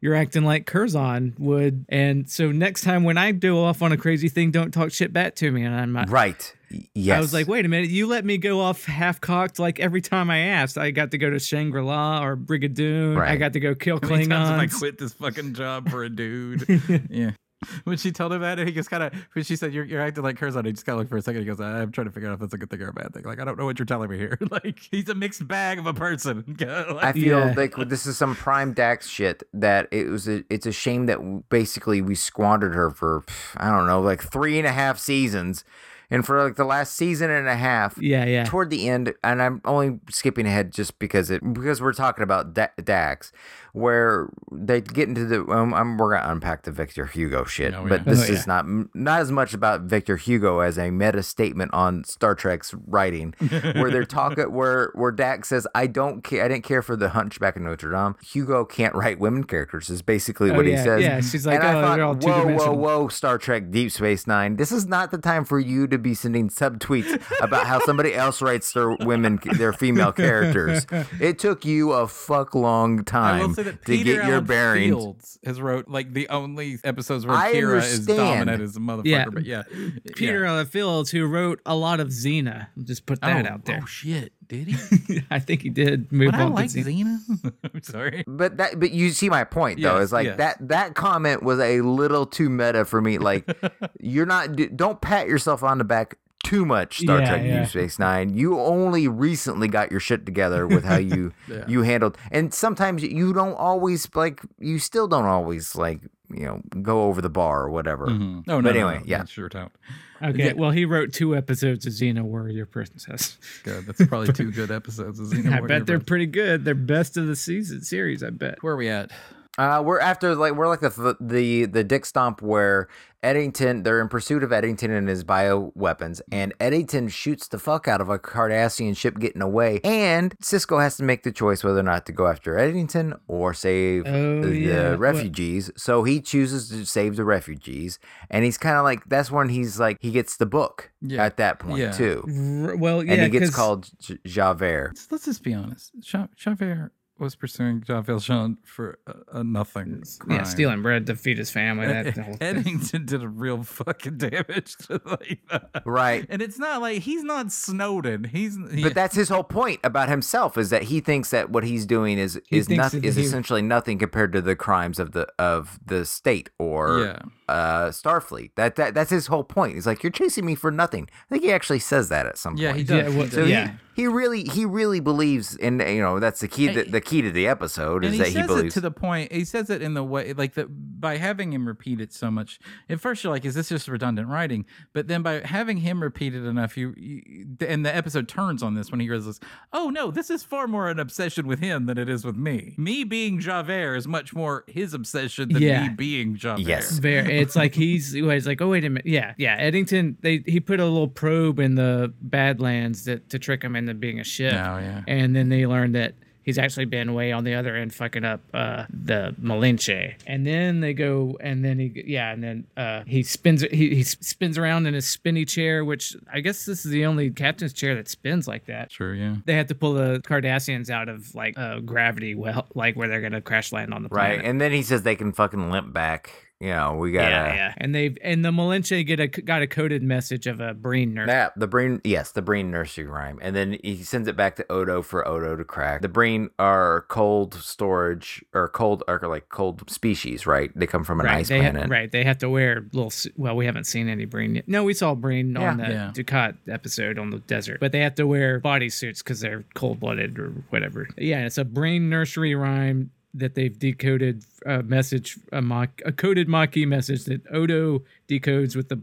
you're acting like Curzon would. And so next time when I do off on a crazy thing, don't talk shit back to me. And I'm not.
Right. Y- Yes.
I was like, wait a minute, you let me go off half cocked like every time I asked. I got to go to Shangri La or Brigadoon. I
Right.
got to go kill
How many times have I
Klingons.
quit this fucking job for a dude? yeah. When she told him that, he just kind of, when she said, you're, you're acting like Curzon, he just kind of looked for a second. He goes, I'm trying to figure out if that's a good thing or a bad thing. Like, I don't know what you're telling me here. like, he's a mixed bag of a person.
I
like,
feel
Yeah.
like this is some prime Dax shit that it was. A, it's a shame that w- basically we squandered her for pff, I don't know, like three and a half seasons, and for like the last season and a half.
Yeah. Yeah.
Toward the end, and I'm only skipping ahead just because it because we're talking about da- Dax, where they get into the um, I'm, we're gonna unpack the Victor Hugo shit,
Oh,
but
yeah.
this
Oh,
is not not as much about Victor Hugo as a meta statement on Star Trek's writing, where they're talking where where Dax says I don't care I didn't care for the Hunchback of Notre Dame. Hugo can't write women characters is basically
Oh,
what
yeah,
he says.
yeah. She's like,
and
"Oh,
I
they're all
thought, whoa, whoa,
two-dimensional."
whoa, Star Trek Deep Space Nine. This is not the time for you to be sending subtweets about how somebody else writes their women their female characters. It took you a fuck long
I will
time
say that
to
Peter
get your
Allen
bearings.
Fields has wrote like the only episodes where
I
Kira is
understand.
dominant as a motherfucker.
Yeah.
But yeah,
Peter
yeah.
Allen Fields, who wrote a lot of Xena. I'll just put that
oh,
out there.
Oh shit, did he?
I think he did move
but I
on
like
to Xena.
Xena. I'm sorry.
But that, but you see my point though.
Yes,
It's like
yes.
that that comment was a little too meta for me. Like, you're not d- don't pat yourself on the back too much. Star
Yeah,
Trek
yeah.
Deep Space Nine. You only recently got your shit together with how you
Yeah.
you handled, and sometimes you don't always like you still don't always like you know go over the bar or whatever.
Mhm. No, no,
But
no,
anyway,
no,
yeah.
that's Sure, don't.
Okay,
Yeah.
well, he wrote two episodes of Xena Warrior Princess.
God, that's probably two good episodes. of Xena
I
Warrior
bet they're
Princess.
pretty good. They're best of the season series, I bet.
Where are we at?
Uh, we're after like we're like the the the dick stomp where Eddington they're in pursuit of Eddington and his bio weapons,
Mm-hmm.
and Eddington shoots the fuck out of a Cardassian ship getting away, and Cisco has to make the choice whether or not to go after Eddington or save
Oh,
the
yeah. What-
refugees. So he chooses to save the refugees, and he's kind of like that's when he's like he gets the book
Yeah.
at that point
Yeah.
too,
R- well, Mm-hmm. yeah,
and he gets
'cause-
called J- Javert.
Let's, let's just be honest. Ja- Javert was pursuing John Valjean for a, a nothing.
yeah,
crime.
stealing bread to feed his family. That the whole
Ed-
thing.
Eddington did a real fucking damage to like that.
Right.
And it's not like he's not Snowden. He's he,
But that's his whole point about himself is that he thinks that what he's doing is
He
is
thinks
nothing
that
is
he-
essentially nothing compared to the crimes of the of the state or
yeah.
uh, Starfleet. That that that's his whole point. He's like you're chasing me for nothing. I think he actually says that at some
Yeah, he
point.
does.
Yeah,
he
well,
does.
So
Yeah.
he, he really he really believes in you know that's the key to,
And-
the key to the episode
and
is
he
that
says
he believes
it to the point. He says it in the way, like the by having him repeat it so much. At first, you're like, "Is this just redundant writing?" But then by having him repeat it enough, you, you and the episode turns on this when he realizes, "Oh no, this is far more an obsession with him than it is with me. Me being Javert is much more his obsession than
Yeah.
me being Javert."
Yes.
Very, it's like he's it's like oh wait a minute yeah yeah Eddington they he put a little probe in the Badlands that to trick him into being a ship
Oh, yeah.
and then they learned that he's actually been way on the other end fucking up uh, the Malinche. And then they go and then he yeah and then uh, he spins he, he spins around in his spinny chair, which I guess this is the only captain's chair that spins like that.
True, yeah.
They had to pull the Cardassians out of like a gravity well, like where they're gonna crash land on the planet.
Right. And then he says they can fucking limp back. You know, we gotta.
yeah, yeah, and they've and the Malinche get a got a coded message of a brain nurse.
That the brain, yes, the brain nursery rhyme, and then he sends it back to Odo for Odo to crack. The brain are cold storage or cold or like cold species, right? They come from an
right,
ice
they ha-
planet,
right, they have to wear little. su- Well, we haven't seen any Breen yet. No, we saw Breen on
Yeah.
the
Yeah.
Ducat episode on the desert, but they have to wear bodysuits because they're cold blooded or whatever. Yeah, it's a Breen nursery rhyme that they've decoded a message, a mock, a coded Maquis message that Odo decodes with the.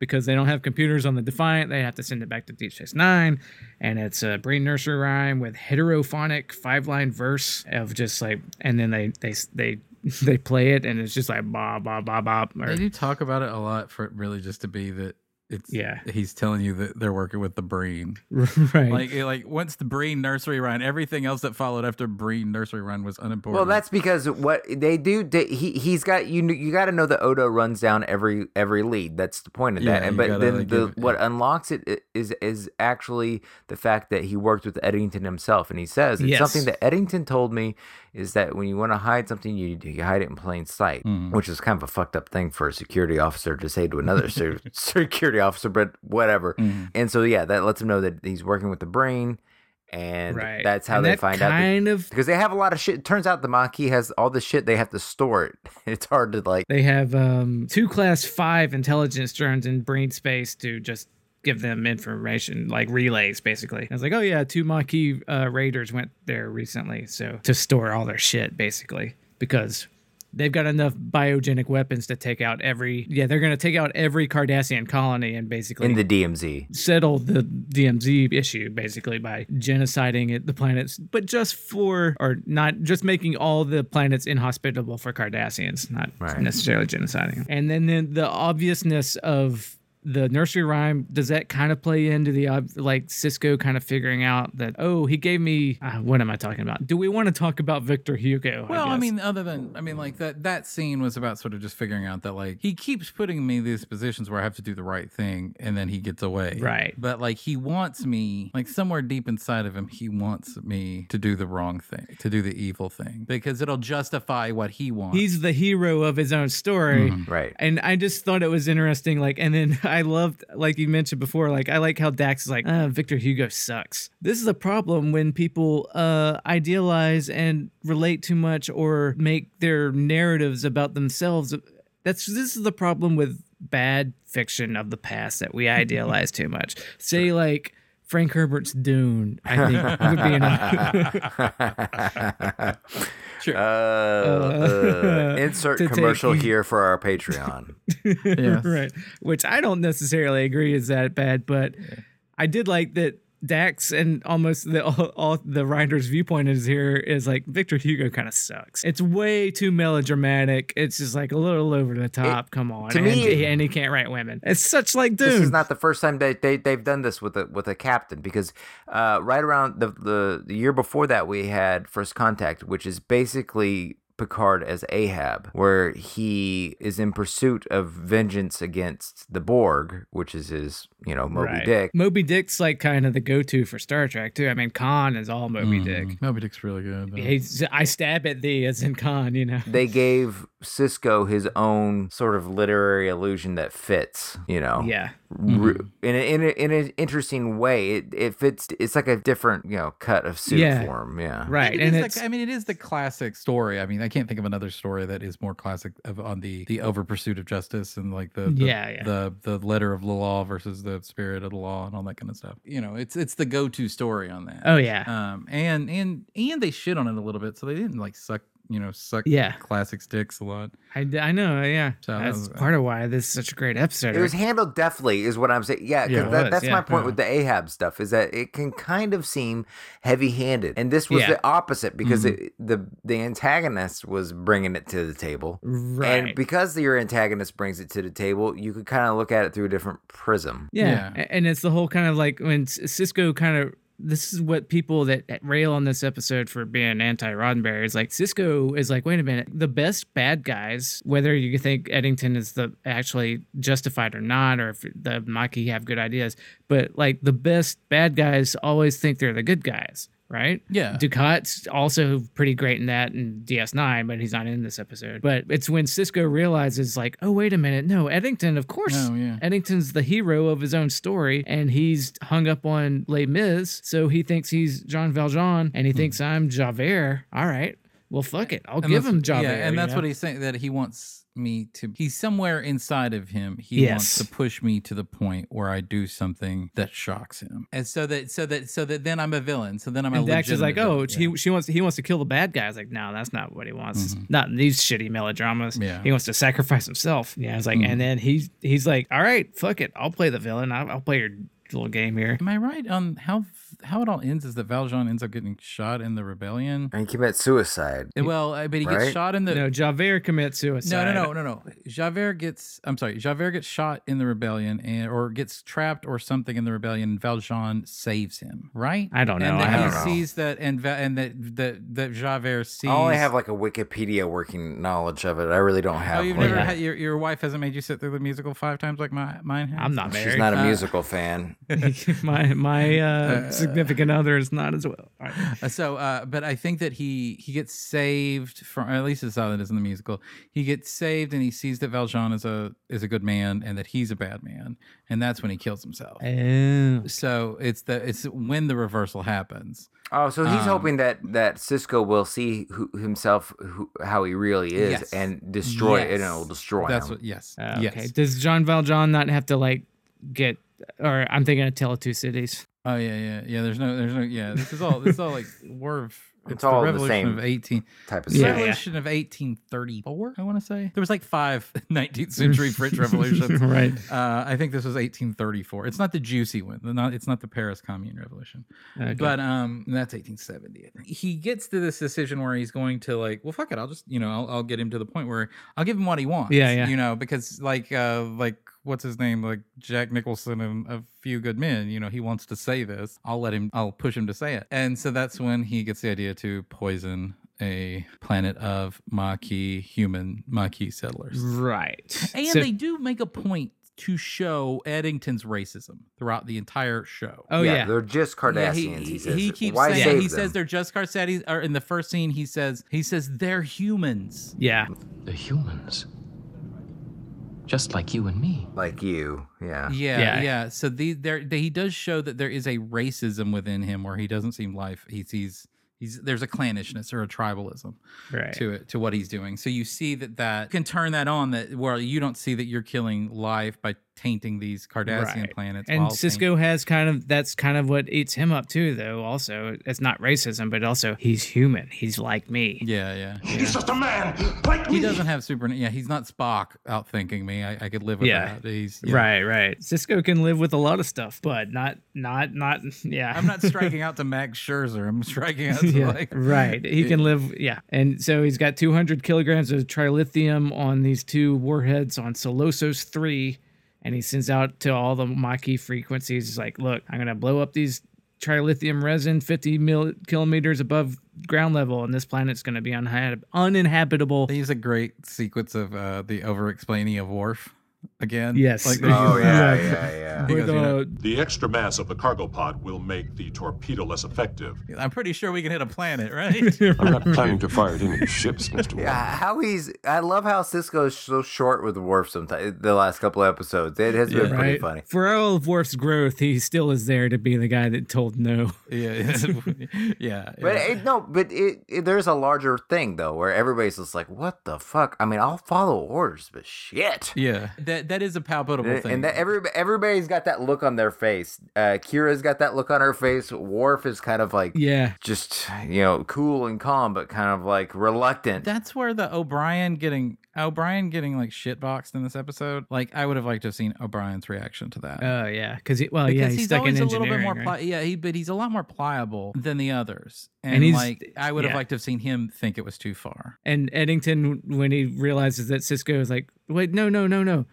Because they don't have computers on the Defiant, they have to send it back to Deep Space Nine, and it's a brain nursery rhyme with heterophonic five-line verse of just like, and then they they they they play it and it's just like bah bah bah bah.
They
Or,
do talk about it a lot for it really just to be that it's
Yeah.
he's telling you that they're working with the brain.
Mm-hmm.
right.
Like like once the brain nursery rhyme, everything else that followed after brain nursery rhyme was unimportant.
Well, that's because what they do. They, he he's got you. kn- You got to know that Odo runs down every every lead. That's the point of that.
Yeah,
And
you
but
gotta,
then
like,
the
give-
what unlocks it i- is is actually the fact that he worked with Eddington himself, and he says it's
Yes.
something that Eddington told me is that when you want to hide something, you, you hide it in plain sight, which is kind of a fucked up thing for a security officer to say to another se- security officer, but whatever. And so yeah, that lets him know that he's working with the brain. And
right.
that's how
And
they
that
find out. that-
kind of
because they have a lot of shit. It turns out the Maquis has all the shit they have to store it. It's hard to like.
they have um two class five intelligence drones in brain space to just give them information like relays basically. I was like, oh yeah, two Maquis uh, raiders went there recently, so to store all their shit basically because. They've got enough biogenic weapons to take out every. Yeah, they're going to take out every Cardassian colony and basically
In the DMZ,
settle the DMZ issue basically by genociding it, the planets, but just for or not just making all the planets inhospitable for Cardassians, not
Right.
necessarily genociding. them. And then, then the obviousness of the nursery rhyme does that kind of play into the ob- like Cisco kind of figuring out that oh he gave me uh, what am I talking about? Do we want to talk about Victor Hugo?
Well, I,
guess?
mean, other than I mean, like that that scene was about sort of just figuring out that like he keeps putting me in these positions where I have to do the right thing, and then he gets away.
Right.
But like he wants me, like somewhere deep inside of him, he wants me to do the wrong thing, to do the evil thing, because it'll justify what he wants.
he's the hero of his own story.
Mm-hmm.
right?
And I just thought it was interesting. Like, and then I loved, like you mentioned before, like I like how Dax is like, uh, Victor Hugo sucks. This is a problem when people uh, idealize and relate too much or make their narratives about themselves. That's this is the problem with bad fiction of the past that we idealize too much. Say like Frank Herbert's Dune, I think would be enough.
Uh, uh, insert
to take-
commercial here for our Patreon.
Yes.
right. Which I don't necessarily agree is that bad, but I did like that Dax and almost the all, all the writer's viewpoint is here is like Victor Hugo kind of sucks. It's way too melodramatic. It's just like a little over the top. Come on,
to
and,
me-
he- and he can't write women. It's such like dude.
This is not the first time they, they they've done this with a with a captain because uh, right around the, the the year before that we had First Contact, which is basically Picard as Ahab, where he is in pursuit of vengeance against the Borg, which is his you know Moby
Right.
Dick.
Moby Dick's like kind of the go-to for Star Trek too. I mean, Khan is all Moby
Mm.
Dick.
Moby Mm-hmm. Dick's really good. though.
He's, I stab at thee as in Khan, you know.
they gave Cisco his own sort of literary illusion that fits, you know.
Yeah. Mm-hmm.
Ru- in, a, in, a, in an interesting way, it, it fits. It's like a different, you know, cut of suit
Yeah.
form. Yeah.
Right.
It
and
is
it's
the, I mean, it is the classic story. I mean, I can't think of another story that is more classic of, on the the over pursuit of justice and like the the,
Yeah, yeah.
the the letter of the law versus the spirit of the law and all that kind of stuff. You know, it's it's the go to story on that.
Oh yeah.
Um, and and and they shit on it a little bit, so they didn't like suck. you know, suck
Yeah.
classic sticks a lot.
I, d- I know, yeah.
So that
That's
was-
part of why this is such a great episode.
It was handled deftly, is what I'm saying. Yeah, 'cause
Yeah, it
that,
was,
that's
yeah,
my point
yeah.
with the Ahab stuff is that it can kind of seem heavy-handed, and this
Yeah.
was
Mm-hmm.
the opposite because it, the the antagonist was bringing it to the table,
right.
and because your antagonist brings it to the table, you could kind of look at it through a different prism.
Yeah.
Yeah.
a- And it's the whole kind of like when S- Cisco kind of this is what people that that rail on this episode for being anti Roddenberry is like Cisco is like, wait a minute, the best bad guys, whether you think Eddington is the actually justified or not, or if the Maquis have good ideas, but like the best bad guys always think they're the good guys, right?
Yeah.
Ducat's also pretty great in that in DS9, but he's not in this episode. But it's when Cisco realizes, like, oh, wait a minute. No, Eddington, of course.
No, Oh, yeah.
Eddington's the hero of his own story, and he's hung up on Les Mis. So he thinks he's Jean Valjean, and he thinks I'm Javert. All right. Well, fuck it. I'll
Hmm. And
give
that's-
him Javert.
Yeah, and
you
that's
know?
what he's saying that he wants me to. He's somewhere inside of him. He wants to
Yes.
push me to the point where I do something that shocks him, and so that so that so that then I'm a villain. So then I'm
And
a.
Dax is
legitimate
like, oh,
villain.
he, she wants he wants to kill the bad guys. Like, no, that's not what he wants. It's Not in these shitty melodramas.
Mm-hmm. Yeah. Mm-hmm.
He wants to sacrifice himself. Yeah, it's like, and then he's he's like, all right, fuck it, I'll play the villain. I'll, I'll play your little game here.
Am I right on how how it all ends? Is that Valjean ends up getting shot in the rebellion?
And he commits suicide.
Well, I- but he
Right?
gets shot in the
no, Javert commits suicide.
No, no, no, no, no. Javert gets. I'm sorry. Javert gets shot in the rebellion, and or gets trapped or something in the rebellion. And Valjean saves him, right?
I don't know.
And then
Oh, I
he
don't know.
sees that, and Va- and that that that Javert sees.
I only have like a Wikipedia working knowledge of it. I really don't have.
oh, you've
one.
never
Yeah.
had your, your wife hasn't made you sit through the musical five times like my mine has.
I'm not married.
She's not a
Uh,
musical fan.
my my uh, significant other is not as well. All right.
Uh, So, uh, but I think that he he gets saved from, or at least it's how it is in the musical. He gets saved, and he sees that Valjean is a is a good man, and that he's a bad man, and that's when he kills himself.
Uh,
So it's the it's when the reversal happens.
Oh, so he's
Um,
hoping that that Cisco will see who, himself who, how he really is
Yes.
and destroy it, and
Yes.
it'll destroy
That's
him.
what. Yes.
Uh, okay.
Yes.
Does John Valjean not have to like get? Or I'm thinking of Tale of Two Cities.
Oh yeah, yeah, yeah. There's no, there's no. Yeah, this is all. This is all like war of.
It's all
the
the
revolution
same.
of eighteen.
type of
Yeah,
yeah.
yeah.
revolution of 1834. I want to say there was like five 19th century French revolutions.
Right.
Uh, I think this was 1834. It's not the juicy one. The Not, it's not the Paris Commune Revolution.
Okay.
But um, that's 1870. I think. He gets to this decision where he's going to like, well, fuck it. I'll just, you know, I'll, I'll get him to the point where I'll give him what he wants.
Yeah, yeah.
You know, because like, uh, like what's his name? Like Jack Nicholson and a few good men. You know, he wants to say this. I'll let him. I'll push him to say it. And so that's when he gets the idea to poison a planet of Maquis human Maquis settlers.
Right.
And
So-
they do make a point to show Eddington's racism throughout the entire show.
oh yeah.
they're just
Yeah,
Kardashians.
he,
he,
he-
says.
he keeps
Why
saying
save
he says
them?
they're just Carcetti. Or in the first scene, he says he says they're humans.
Yeah.
The humans. Just like you and me.
like you. Yeah.
Yeah,
Yeah.
yeah. So the there they, he does show that there is a racism within him where he doesn't seem life. He sees he's there's a clannishness or a tribalism.
Right.
to it to what he's doing. So you see that that can turn that on that where you don't see that you're killing life by tainting these Cardassian
Right.
planets.
And
while
Cisco has kind of that's kind of what eats him up too, though. Also, it's not racism, but also he's human. He's like me.
tainting- yeah, yeah, yeah.
He's just a man like me.
He doesn't have super. Yeah, he's not Spock outthinking me. I, I could live with
Yeah.
that. He's yeah.
Right, right. Cisco can live with a lot of stuff, but not, not, not. Yeah,
I'm not striking out to Max Scherzer. I'm striking out to
yeah,
like
right. He can live. Yeah, and so he's got 200 kilograms of trilithium on these two warheads on Solosos three, and he sends out to all the Maquis frequencies. He's like, look, I'm gonna blow up these trilithium resin 50 mil- kilometers above ground level, and this planet's gonna be unha- uninhabitable.
They use a great sequence of uh, the over explaining of Worf again.
Yes.
Like they
Oh
use
yeah,
that.
yeah, yeah.
Because, you know,
The extra mass of the cargo pod will make the torpedo less effective.
I'm pretty sure we can hit a planet, right?
I'm not planning to fire at any ships, Mr. Warren.
Yeah, how he's I love how Cisco is so short with Worf sometimes the last couple of episodes. It has been pretty
Right.
funny.
For all of Worf's growth, he still is there to be the guy that told no.
yeah, yeah, yeah.
But it, no, but it, it- there's a larger thing though where everybody's just like, "What the fuck?" I mean, I'll follow orders, but shit.
Yeah. That that is a palpable
And,
thing.
and that every everybody's got that look on their face. Uh, Kira's got that look on her face. Worf is kind of like
Yeah.
just you know cool and calm, but kind of like reluctant.
That's where the O'Brien getting O'Brien getting like shitboxed in this episode. Like I would have liked to have seen O'Brien's reaction to that.
Oh yeah, because he, well, yeah,
because
he's,
he's,
stuck in
always a
engineering.
little bit more
right?
pli- yeah, he but he's a lot more pliable than the others. And,
he's-
like I would
yeah.
have liked to have seen him think it was too far.
And Eddington, when he realizes that Cisco is like, wait, no, no, no, no,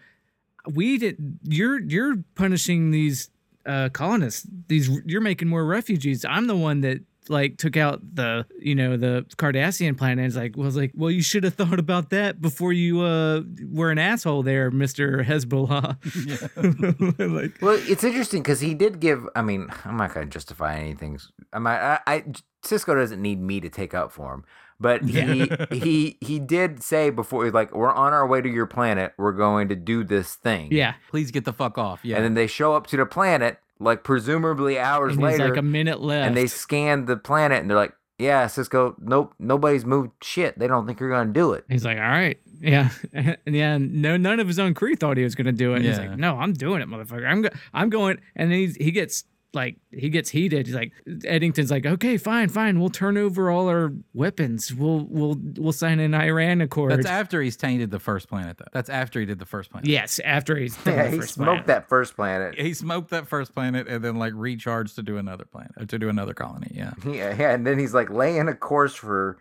we did. You're you're punishing these uh, colonists. These you're making more refugees. I'm the one that like took out the you know the Cardassian planet. It's like, well, it's like, well, you should have thought about that before you uh were an asshole there, Mister Hezbollah. like,
Well, it's interesting because he did give. I mean, I'm not going to justify anything. I'm I, I Cisco doesn't need me to take up for him, but he he he did say before like we're on our way to your planet. We're going to do this thing.
yeah,
Please get the fuck off. Yeah.
And then they show up to the planet like presumably hours
and he's
later,
like a minute left,
and they scan the planet and they're like, "Yeah, Cisco, nope, nobody's moved shit. They don't think you're going to do it."
He's like, all right, yeah, and yeah. No, none of his own crew thought he was gonna do it. He's
Yeah.
like, no, I'm doing it, motherfucker. I'm go- I'm going. And then he's, he gets like he gets heated. He's like, Eddington's like, okay, fine, fine. We'll turn over all our weapons. We'll we'll we'll sign an Iran accord.
That's after he's tainted the first planet though. That's after he did the first planet.
yes, after he's done
Yeah,
the
he
first
smoked
planet.
that first planet.
He smoked that first planet and then like recharged to do another planet or to do another colony. Yeah.
Yeah, yeah, and then he's like laying a course for.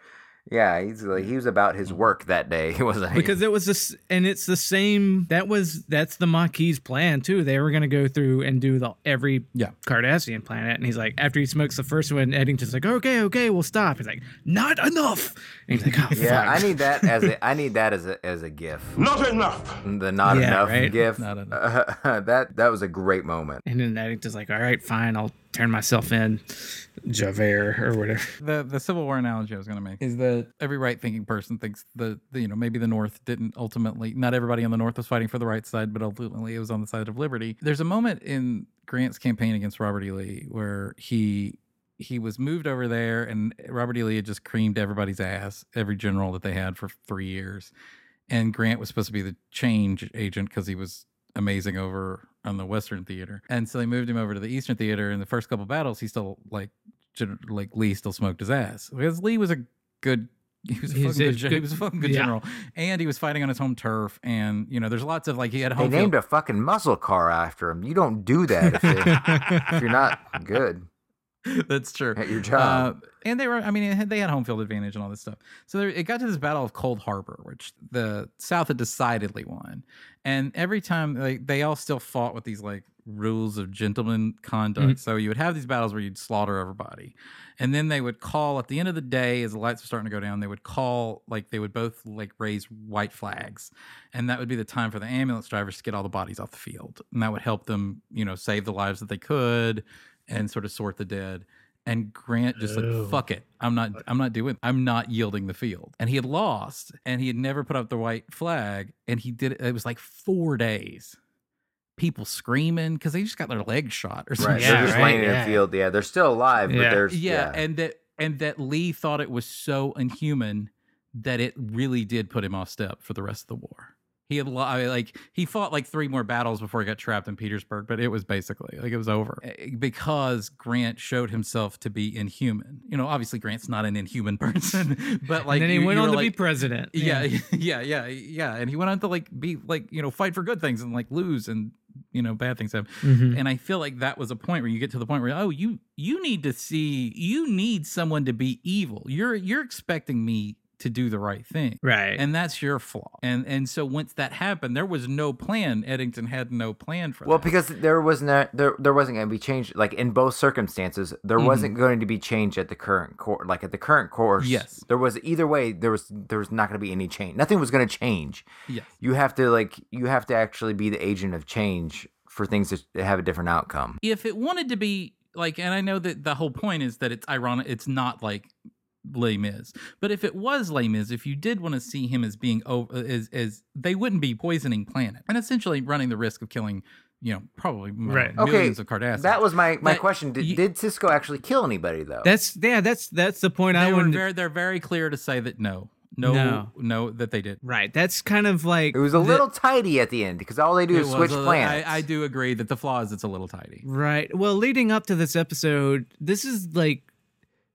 Yeah, he's like he was about his work that day. He wasn't
Mm. Because it was this, and it's the same. That was that's the Maquis plan too. They were gonna go through and do the every
Yeah.
Cardassian planet. And he's like, after he smokes the first one, Eddington's like, okay, okay, we'll stop. He's like, not enough. And he's like, oh,
Yeah,
fuck.
I need that as a I need that as a as a gif.
Not enough.
The not
Yeah,
enough
right?
gif.
Not
that that was a great moment.
And then Eddington's like, all right, fine, I'll turn myself in, Javert or whatever.
the the Civil War analogy I was going to make is that every right thinking person thinks the, the you know maybe the North didn't ultimately not everybody on the North was fighting for the right side, but ultimately it was on the side of liberty. There's a moment in Grant's campaign against Robert E. Lee where he he was moved over there, and Robert E. Lee had just creamed everybody's ass, every general that they had for three years, and Grant was supposed to be the change agent because he was amazing over on the Western theater, and so they moved him over to the Eastern theater. In the first couple battles, he still like gen- like Lee still smoked his ass because Lee was a good. He was a
He's
fucking
a
good, gen- he
good-
was a fucking good
yeah.
general, and he was fighting on his home turf. And you know, there's lots of like he had a
They
home
named
field.
a fucking muscle car after him. You don't do that if, you- if you're not good
That's true.
at your
Uh,
job.
and they were, I mean, it had- they had home field advantage and all this stuff. So there, it got to this battle of Cold Harbor, which the South had decidedly won. And every time, like, they all still fought with these like rules of gentleman conduct. So you would have these battles where you'd slaughter everybody, and then they would call at the end of the day as the lights were starting to go down. They would call like they would both like raise white flags, and that would be the time for the ambulance drivers to get all the bodies off the field, and that would help them, you know, save the lives that they could, and sort of sort the dead and Grant just like fuck it. I'm not I'm not doing I'm not yielding the field. And he had lost and he had never put up the white flag and he did it it was like 4 days. People screaming cuz they just got their legs shot or something.
right.
Yeah,
they're just
right,
laying in
yeah.
the field. Yeah, they're still alive, but
Yeah.
they're
Yeah,
yeah.
and that and that Lee thought it was so inhuman that it really did put him off step for the rest of the war. He had lo- I mean, like he fought like three more battles before he got trapped in Petersburg, but it was basically like it was over Eh, because Grant showed himself to be inhuman. You know, obviously Grant's not an inhuman person, but like
and then he
you-
went
you
on
were
to be
like-
president.
yeah, yeah, yeah, yeah. And he went on to like be like you know fight for good things and like lose and you know bad things happen
Mhm.
Mm-hmm.
and I feel like that was a point where you get to the point where oh you you need to see you need someone to be evil. You're you're expecting me to do the right thing.
Right.
And that's your flaw. And and so once that happened, there was no plan. Eddington had no plan for
Well,
that.
because there was not there there wasn't going to be change like in both circumstances there
Mhm.
wasn't going to be change at the current course like at the current course
Yes.
there was either way there was there was not going to be any change nothing was going to change
yes.
you have to like you have to actually be the agent of change for things to have a different outcome
If it wanted to be like and I know that the whole point is that it's ironic it's not like Les Mis. But if it was Les Mis, if you did want to see him as being over as as they wouldn't be poisoning planet and essentially running the risk of killing you know, probably
Right.
Okay,
millions of Cardassians.
that was my my
That-
question did,
you-
did Cisco actually kill anybody though
That's yeah. That's that's the point I
they were
wanted.
very, they're very clear to say that no, No, no,
No.
that they did.
Right. That's kind of like
It was a
the-
little tidy at the end because all they do
It
is
was
switch
a-
planets.
I, I do agree that the flaw is it's a little tidy.
Right. Well, leading up to this episode, this is like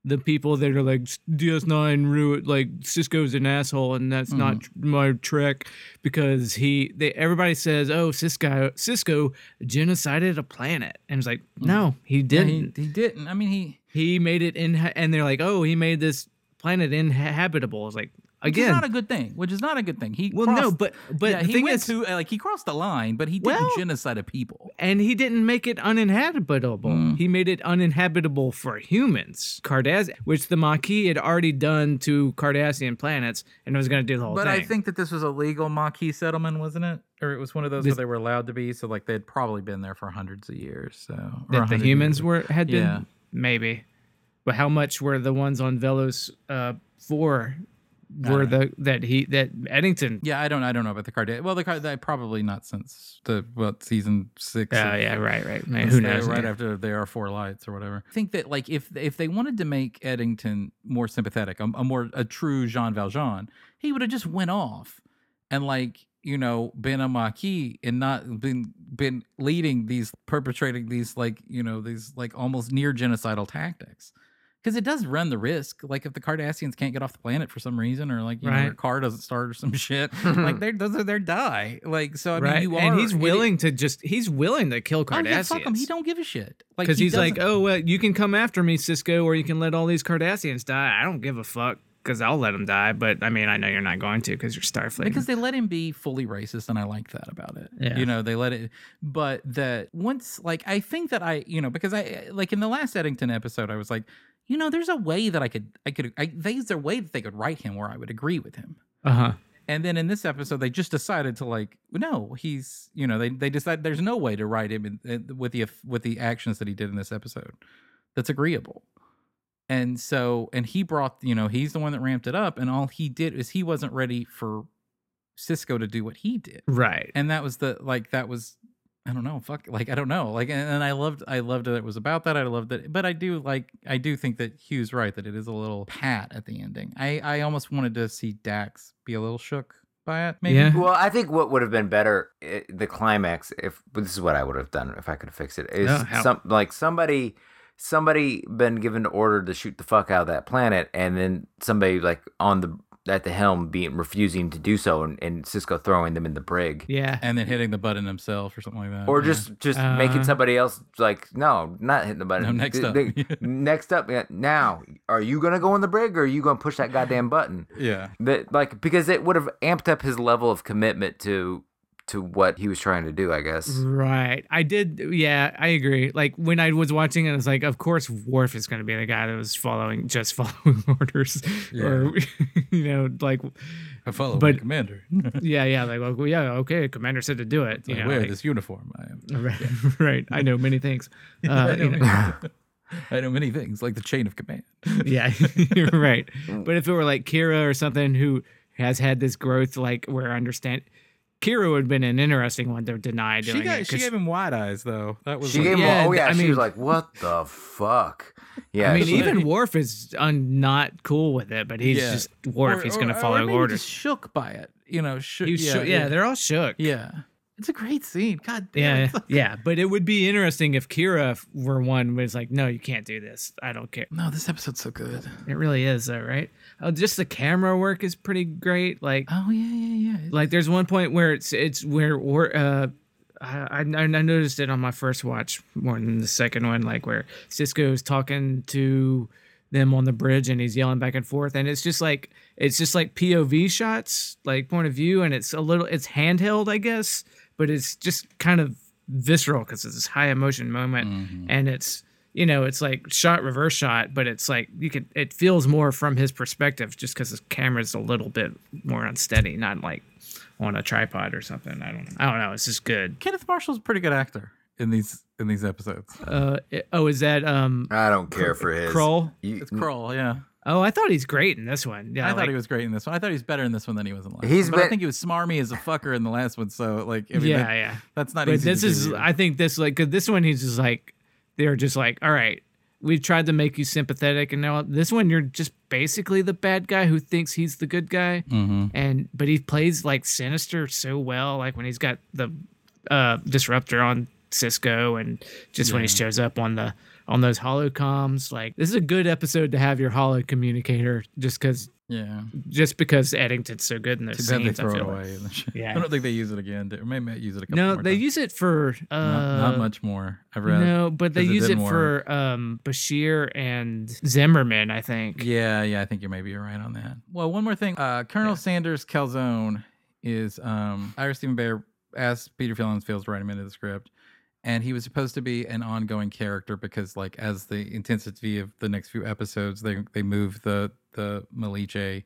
the people that are like DS9 ruined, like Cisco's an asshole, and that's not tr-
Mm-hmm.
my trick because he, they, everybody says, oh, Cisco, Cisco genocided a planet, and it's like, no, he
Mm-hmm. Yeah,
didn't.
he, he didn't. I mean, he
he, made it in, and they're like, oh, he made this planet inhabitable. It's like
which is
again,
not a good thing. Which is not a good thing. He
well, no,
crossed-
but but
yeah,
the
he
thing
went
is,
too- like he crossed the line, but he didn't
Well-
genocide a people.
and he didn't make it uninhabitable.
Hmm.
He made it uninhabitable for humans, Cardass, which the Maquis had already done to Cardassian planets, and was going to do the whole
But
thing.
I think that this was a legal Maquis settlement, wasn't it? Or it was one of those
This-
where they were allowed to be. So like they'd probably been there for hundreds of years. So or
that the
100
humans
years.
were had
Yeah.
been maybe, but how much were the ones on Velos uh, four? Were the that he that Eddington?
Yeah, I don't. I don't know about the card. Well, the card. Probably not since the what season six.
Oh
of-
yeah, right, right. Man,
Yes,
who
they-
knows?
Right
yeah.
after there are four lights or whatever. I think that like if if they wanted to make Eddington more sympathetic, a, a more a true Jean Valjean, he would have just went off and like you know been a Maquis and not been been leading these perpetrating these like you know these like almost near genocidal tactics. Because it does run the risk, like if the Cardassians can't get off the planet for some reason, or like you know, your
Right.
car doesn't start or some shit, like they're those are their die. Like so, I mean,
right,
you are,
and he's
it-
willing to just—he's willing to kill
Oh,
Cardassians.
yeah, fuck him. He don't give a shit. Like
because
he
he's like,
doesn't-
oh, well, you can come after me, Cisco, or you can let all these Cardassians die. I don't give a fuck because I'll let them die. But I mean, I know you're not going to because you're Starfleet.
because they let him be fully racist, and I like that about it.
Yeah.
You know, they let it, but that once, like, I think that I, you know, because I like in the last Eddington episode, I was like, you know, there's a way that I could, I could, I, there's a way that they could write him where I would agree with him.
uh huh.
And then in this episode, they just decided to like, no, he's, you know, they they decide there's no way to write him in, in- with the with the actions that he did in this episode, that's agreeable. And so, and he brought, you know, he's the one that ramped it up, and all he did is he wasn't ready for Cisco to do what he did,
Right.
and that was the like that was, I don't know, fuck, like I don't know, like, and, and I loved, I loved that it was about that, I loved that, but I do like, I do think that Hugh's right that it is a little pat at the ending. I I almost wanted to see Dax be a little shook by it, maybe.
Yeah.
well, I think what would have been better, eh, the climax, if this is what I would have done if I could fix it, is
Yeah, how-
some like somebody, somebody been given the order to shoot the fuck out of that planet, and then somebody like on the at the helm being refusing to do so, and, and Cisco throwing them in the brig,
Yeah.
and then hitting the button himself or something like that.
or
yeah.
just just
Uh,
making somebody else like no, not hitting the button.
No, next
Th-
up.
th- next up, yeah, now, are you gonna go in the brig, or are you gonna push that goddamn button?
yeah.
that like because it would have amped up his level of commitment to to what he was trying to do i
Mm,
guess
Right. I did. Yeah, I agree. Like when I was watching it, I was like, of course, Worf is going to be the guy that was following, just following orders. Or, you know, like,
I follow
But-
my commander.
yeah, yeah. Like, well, yeah, okay, Commander said to do it. You
I
know,
wear
like-
this uniform. I am.
Right, right. I know many things. Uh, you know,
I know many things, like the chain of command.
Yeah, you're right. But if it were like Kira or something who has had this growth, like where I understand Kira would have been an interesting one to deny doing
She got,
it.
she
'cause-
gave him wide eyes though. That was
she
like-
gave him
Yeah,
all, oh yeah
I
she
mean-
was like what the fuck yeah
I mean,
she-
even Worf is un, not cool with it, but he's
Yeah.
just Worf.
or-
he's
or-
going to
or
follow
maybe
orders.
Just shook by it, you know. Shook,
He's
yeah,
shook- yeah, they're all shook.
yeah. It's a great scene. God damn.
Yeah,
it's like-
yeah, but it would be interesting if Kira were one was like, "No, you can't do this. I don't care."
No, this episode's so good.
It really is, though, right? Oh, just the camera work is pretty great. Like,
Oh yeah, yeah, yeah.
like there's one point where it's it's where or uh I, I I noticed it on my first watch more than the second one, like where Cisco's talking to them on the bridge and he's yelling back and forth, and it's just like it's just like POV shots, like point of view, and it's a little it's handheld, I guess, but it's just kind of visceral because it's this high emotion moment, and it's you know it's like shot reverse shot, but it's like you could it feels more from his perspective just because his camera's a little bit more unsteady, not like on a tripod or something. I don't know. I don't know. It's just good.
Kenneth Marshall's a pretty good actor in these in these episodes.
Uh, it- oh, is that um
i don't care for his
Kroll?
You-
It's Kroll, yeah.
Oh, I thought he's great in this one. Yeah,
I thought
like-
he was great in this one. I thought he was better in this one than he was in the last.
He's
one. But I
been-
think he was smarmy as a fucker in the last one. So like, I mean,
yeah,
that-
yeah.
that's not
But
easy.
this
to do
is,
either.
I think this like 'cause this one he's just like they're just like, all right, we tried to make you sympathetic, and now this one you're just basically the bad guy who thinks he's the good guy,
Mm-hmm.
and but he plays like sinister so well, like when he's got the uh, disruptor on Cisco, and just when he shows up on the on those holocomms. Like this is a good episode to have your holo communicator, just because
Yeah.
just because Eddington's so good in those
Too bad they
scenes. I
throw it
feel like.
away.
Yeah.
I don't think they use it again. They- Or maybe they use it a couple
No,
more
they
times.
use it for uh,
not, not much more. I've read.
No, but they
'cause it
use it,
didn't
for um, Bashir and Zimmerman, I think.
Yeah, yeah, I think you may be right on that. Well, one more thing. Uh, Colonel Sanders Calzone is um Ira Stephen Bear asked Peter Fillinsfield to write him into the script. And he was supposed to be an ongoing character because like as the intensity of the next few episodes, they they move the the Maliche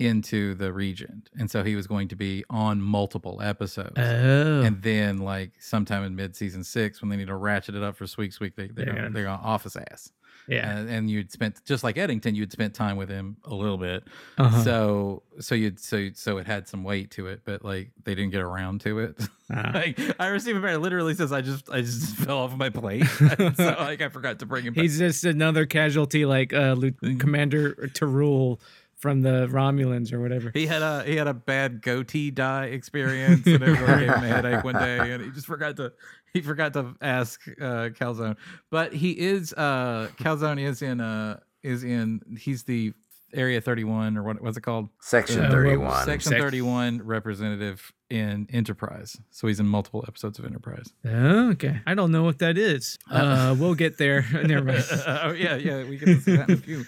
into the regent. And so he was going to be on multiple episodes.
Oh,
And then, like sometime in mid season six, when they need to ratchet it up for Squeak's week, they they're,
Yeah.
gonna, they're gonna office ass.
yeah.
And, and you'd spent just like Eddington, you'd spent time with him a little bit.
Uh-huh.
So so you'd so so it had some weight to it, but like they didn't get around to it.
Ah.
like I received a bear literally says I just I just fell off my plate. so like I forgot to bring him back.
He's just another casualty, like uh, Lieutenant Commander Tarul from the Romulans or whatever.
He had a he had a bad goatee dye experience, and everyone gave him a headache one day, and he just forgot to he forgot to ask uh, Calzone. But he is uh, Calzone is in uh is in he's the Area 31 or what what's it called
Section
Uh, well,
31.
Section
Sec-
31 representative in Enterprise. So he's in multiple episodes of Enterprise.
Oh, okay. I don't know what that is. Uh, we'll get there. Never mind.
oh yeah, yeah, we get to see that in a few.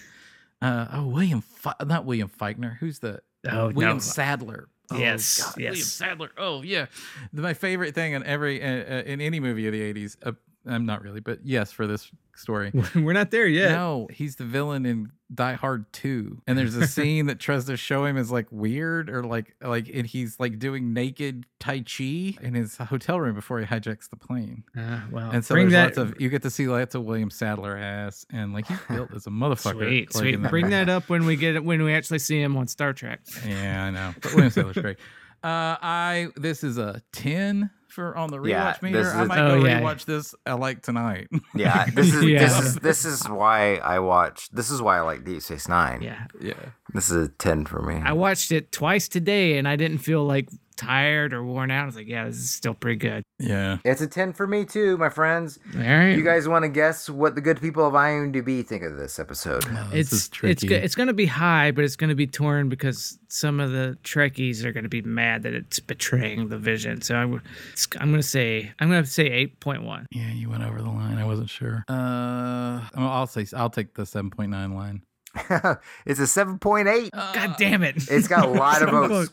Uh, oh, William, Fe- not William Faulkner. Who's the
Oh,
William
no.
Sadler? Oh,
Yes,
God, William
yes.
Sadler. Oh yeah, The- my favorite thing in every uh, uh, in any movie of the '80s. Uh, I'm not really, but yes, for this story.
We're not there yet.
No, he's the villain in Die Hard 2. And there's a scene that tries to show him as like weird or like like and he's like doing naked tai chi in his hotel room before he hijacks the plane.
Uh, well,
And so
bring
there's
that.
lots of you get to see lots of William Sadler ass and like he's built as a motherfucker.
Sweet,
like,
sweet.
in that
Bring
movie.
that up when we get it when we actually see him on Star Trek.
Yeah, I know. But William Sadler's great. Uh I this is a 10 for on the rewatch
Yeah,
meter.
this
I
is-
might
Oh,
go
yeah.
rewatch this I like tonight.
Yeah, this is
Yeah.
this is this is why I watch. This is why I like Deep Space Nine.
Yeah,
yeah.
This is a ten for me.
I watched it twice today, and I didn't feel like tired or worn out. I was like, yeah, this is still pretty good.
Yeah.
it's a ten for me too, my friends.
All right,
You guys want to guess what the good people of IMDb think of this episode?
it's
is
it's go- it's going to be high, but it's going to be torn because some of the Trekkies are going to be mad that it's betraying the Vision. So I'm it's- I'm going to say I'm going to say eight point one.
Yeah, you went over the line. I wasn't sure. Uh, I'll I'll say I'll take the seven point nine line.
it's a seven point eight.
Uh,
God damn it!
It's got a lot of
Some
votes.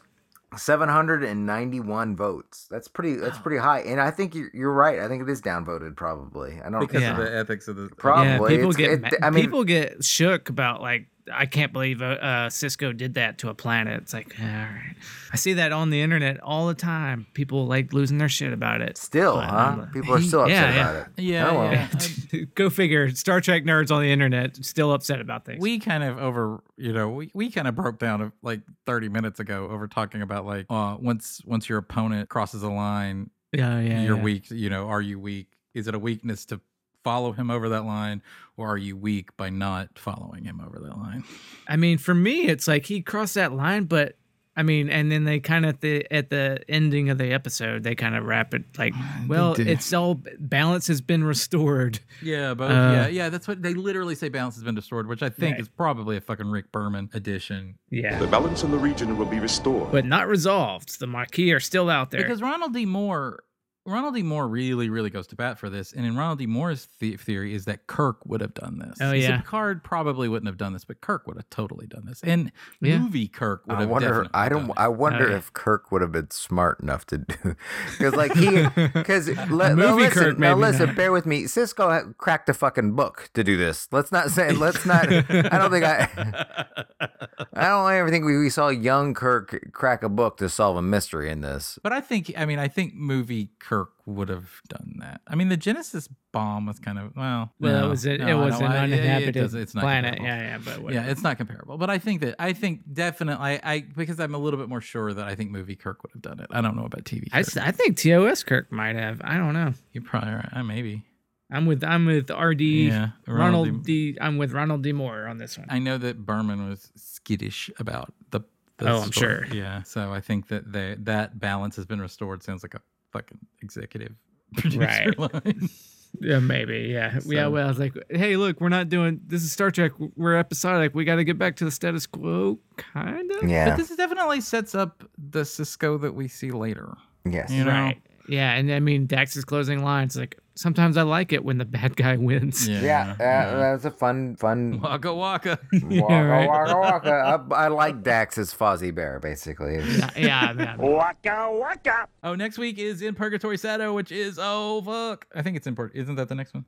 791 votes. That's pretty that's pretty high. And I think you're, you're right. I think it is downvoted probably. I don't
Because
Yeah.
of the ethics of the
Probably.
yeah, people
It's-
get
it-
ma-
I mean-
people get shook about like I can't believe uh, uh, Cisco did that to a planet. It's like all right, I see that on the internet all the time. People like losing their shit about it.
still,
But,
huh?
um,
People are still upset
yeah, yeah.
about it.
Yeah,
Oh, well.
yeah.
Go figure. Star Trek nerds on the internet still upset about things.
we kind of over you know we, we kind of broke down uh, like 30 minutes ago over talking about like uh once once your opponent crosses a line
yeah, yeah,
you're
yeah.
weak you know are you weak is it a weakness to follow him over that line or are you weak by not following him over that line
I mean, for me, it's like he crossed that line, but I mean, and then they kind of at the at the ending of the episode, they kind of wrap it like, well,
did.
it's all balance has been restored.
Yeah, both.
Uh,
yeah, yeah. That's what they literally say. Balance has been restored, which I think
Right.
is probably a fucking Rick Berman edition.
Yeah,
The balance in the region will be restored.
but not resolved. The Marquis are still out there.
Because Ronald D. Moore, Ronald D. Moore really, really goes to bat for this. And in Ronald D. Moore's the- theory is that Kirk would have done this.
Oh,
He said
yeah.
Picard probably wouldn't have done this, but Kirk would have totally done this. And
Yeah.
movie Kirk would
I
have.
wonder.
definitely
I don't.
done it.
I wonder
yeah.
if Kirk would have been smart enough to do, because like he, because le, now
Movie
listen,
Kirk,
now
maybe
listen,
not.
bear with me. Cisco ha- cracked a fucking book to do this. Let's not say. Let's not. I don't think I. I don't ever think we, we saw young Kirk crack a book to solve a mystery in this.
But I think, I mean, I think movie Kirk would have done that. I mean, the Genesis bomb was kind of well.
well,
no,
it was a,
no, I
it was an
don't- I- it- it
uninhabited
doesn't- it's not
planet.
comparable.
Yeah, yeah, but whatever.
Yeah, it's not comparable, but I think that I think definitely I, I because I'm a little bit more sure that I think movie Kirk would have done it. I don't know about TV.
I, s-
Kirk.
I think TOS Kirk might have. I don't know.
You're probably right. I uh, maybe.
I'm with I'm with RD
Yeah,
Ronald,
Ronald
D. am with Ronald D. Moore on this one.
I know that Berman was skittish about the. the
Oh, I'm
story.
sure.
Yeah, so I think that they, that balance has been restored. Sounds like a fucking executive producer line.
yeah, maybe. Yeah. yeah.
So-
Well, I was like, hey, look, we're not doing this is Star Trek. We're episodic. We got to get back to the status quo, kind of.
Yeah.
But this definitely sets up the Cisco that we see later.
yes.
You know?
Right. Yeah, and I mean Dax's closing lines like sometimes I like it when the bad guy wins.
Yeah, uh, that's a fun, fun. Waka
Waka waka.
waka
right.
waka. waka. Uh, I, I like Dax as Fozzie Bear, basically.
Yeah, yeah, yeah.
Waka waka.
Oh, next week is in Purgatory Shadow, which is oh fuck. I think it's in Purg. Isn't that the next one?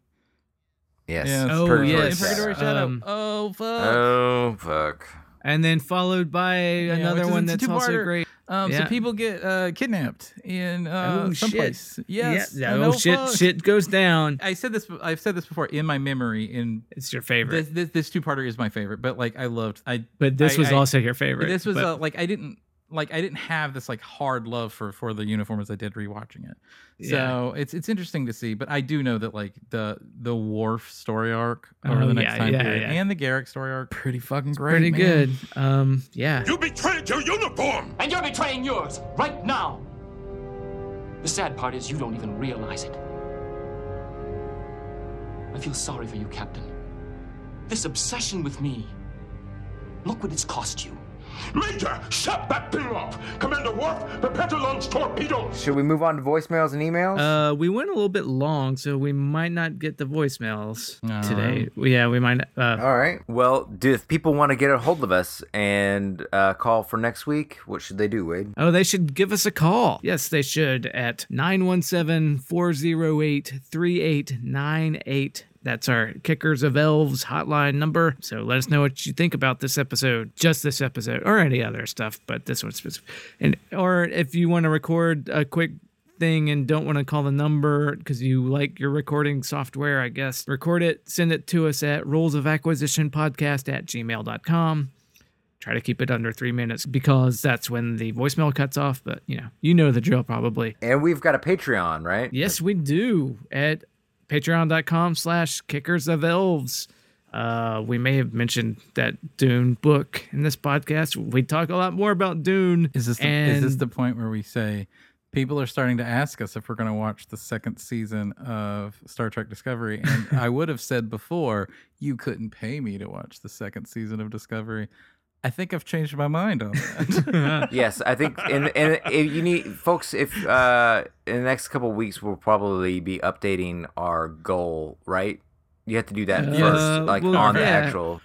Yes.
it's
Oh,
Purgatory
yes.
Shadow. In Purgatory Shadow.
Um,
oh fuck.
Oh fuck.
And then followed by another
which is
one
a
that's also
two-parter.
great.
um,
yeah.
So people get uh, kidnapped in uh,
Oh,
someplace. Yes.
Yeah,
and
oh shit,
fuck.
shit goes down.
I said this. I've said this before in my memory. In
It's your favorite.
this, this, this two parter is my favorite, but like I loved. I
but this
I-
was
I-
also your favorite.
But this was
but-
uh, like I didn't like I didn't have this like hard love for for the uniform as I did rewatching it. So it's it's interesting to see, but I do know that like the the Worf story arc over
Oh,
the next
yeah,
time
yeah,
period
yeah.
and the Garrick story arc pretty fucking great,
pretty
man.
good. Um, yeah.
You betrayed your uniform.
And you're betraying yours right now. The sad part is you don't even realize it. I feel sorry for you, Captain. This obsession with me. Look what it's cost you.
Major, shut that thing off. Commander Worf, prepare to launch torpedoes.
Should we move on to voicemails and emails?
Uh, we went a little bit long, so we might not get the voicemails
All
today. Yeah, we might. Uh,
All right. Well, do, if people want to get a hold of us and uh, call for next week, what should they do, Wade?
Oh, they should give us a call. Yes, they should at 917 408 3898. That's our Kickers of Elves hotline number. So let us know what you think about this episode, just this episode, or any other stuff, but this one specific. And or if you want to record a quick thing and don't want to call the number because you like your recording software, I guess, record it, send it to us at rules of acquisition podcast at gmail.com try to keep it under three minutes because that's when the voicemail cuts off. But you know, you know the drill probably.
And we've got a Patreon, right?
Yes, we do at patreon.com slash kickers of elves. Uh, we may have mentioned that Dune book in this podcast. We talk a lot more about Dune.
Is this the,
and
is this the point where we say people are starting to ask us if we're going to watch the second season of Star Trek Discovery? And I would have said before you couldn't pay me to watch the second season of Discovery. I think I've changed my mind on that.
Yes, I think, and and if you need folks, if uh, in the next couple of weeks we'll probably be updating our goal, right? You have to do that
Uh,
first, like
well,
on the
yeah.
actual.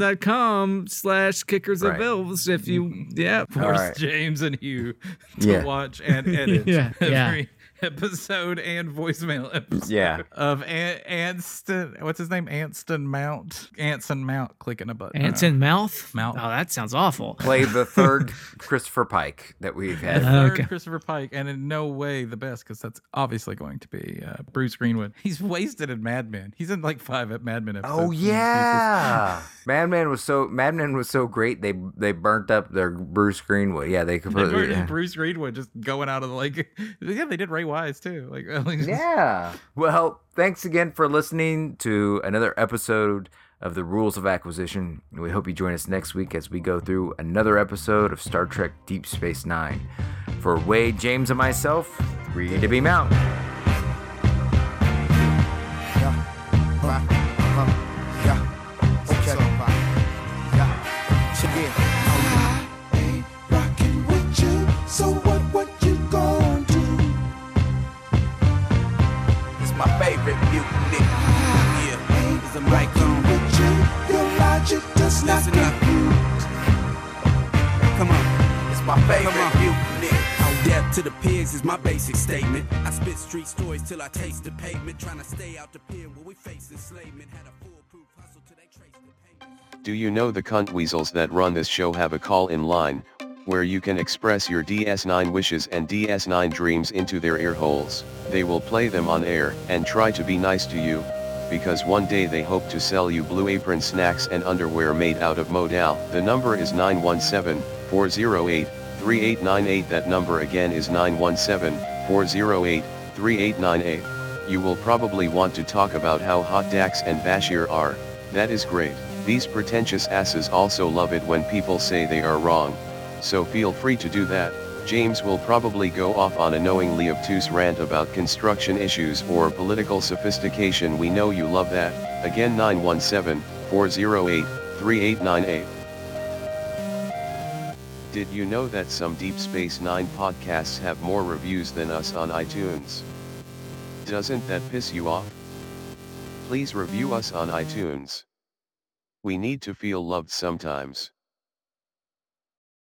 patreon.com slash kickers of
Right.
elves if you yeah
force
right.
James and Hugh to
Yeah.
watch and edit
Yeah, yeah.
every episode and voicemail episode
Yeah.
of An- Anston. What's his name? Anston Mount. Anson Mount clicking a button.
Anson Mouth.
Mouth.
Oh, that sounds awful.
Play the third Christopher Pike that we've
The
had.
third
Okay.
Christopher Pike, and in no way the best, because that's obviously going to be uh, Bruce Greenwood. He's wasted in Mad Men. He's in like five at Mad Men episodes.
Oh
and he's
yeah, Madman was so Madman was so great. They they burnt up their Bruce Greenwood. Yeah, they
just-
completely. Oh, yeah.
Bruce Greenwood just going out of the like, yeah, they did Ray Wise too. Like,
Yeah. Well, thanks again for listening to another episode of the Rules of Acquisition. and We hope you join us next week as we go through another episode of Star Trek Deep Space Nine. For Wade, James, and myself, read to beam out.
It's my favorite mutiny. Yeah, it's a microphone. With you, your logic does not Come on. It's my favorite mutiny. Out death to the pigs is my basic statement. I spit street stories till I taste the pavement. Trying to stay out the pen when we face enslavement. Had a foolproof hustle till they traced the payment.
Do you know the cunt weasels that run this show have a call-in line, where you can express your DS9 wishes and DS9 dreams into their ear holes? They will play them on air and try to be nice to you, because one day they hope to sell you blue apron snacks and underwear made out of modal. The number is 917-408-3898. That number again is 917-408-3898. You will probably want to talk about how hot Dax and Bashir are, that is great. These pretentious asses also love it when people say they are wrong, so feel free to do that. James will probably go off on a knowingly obtuse rant about construction issues or political sophistication. We know you love that. Again 917 408 3898. Did you know that some Deep Space Nine podcasts have more reviews than us on iTunes? Doesn't that piss you off? Please review us on iTunes. We need to feel loved sometimes.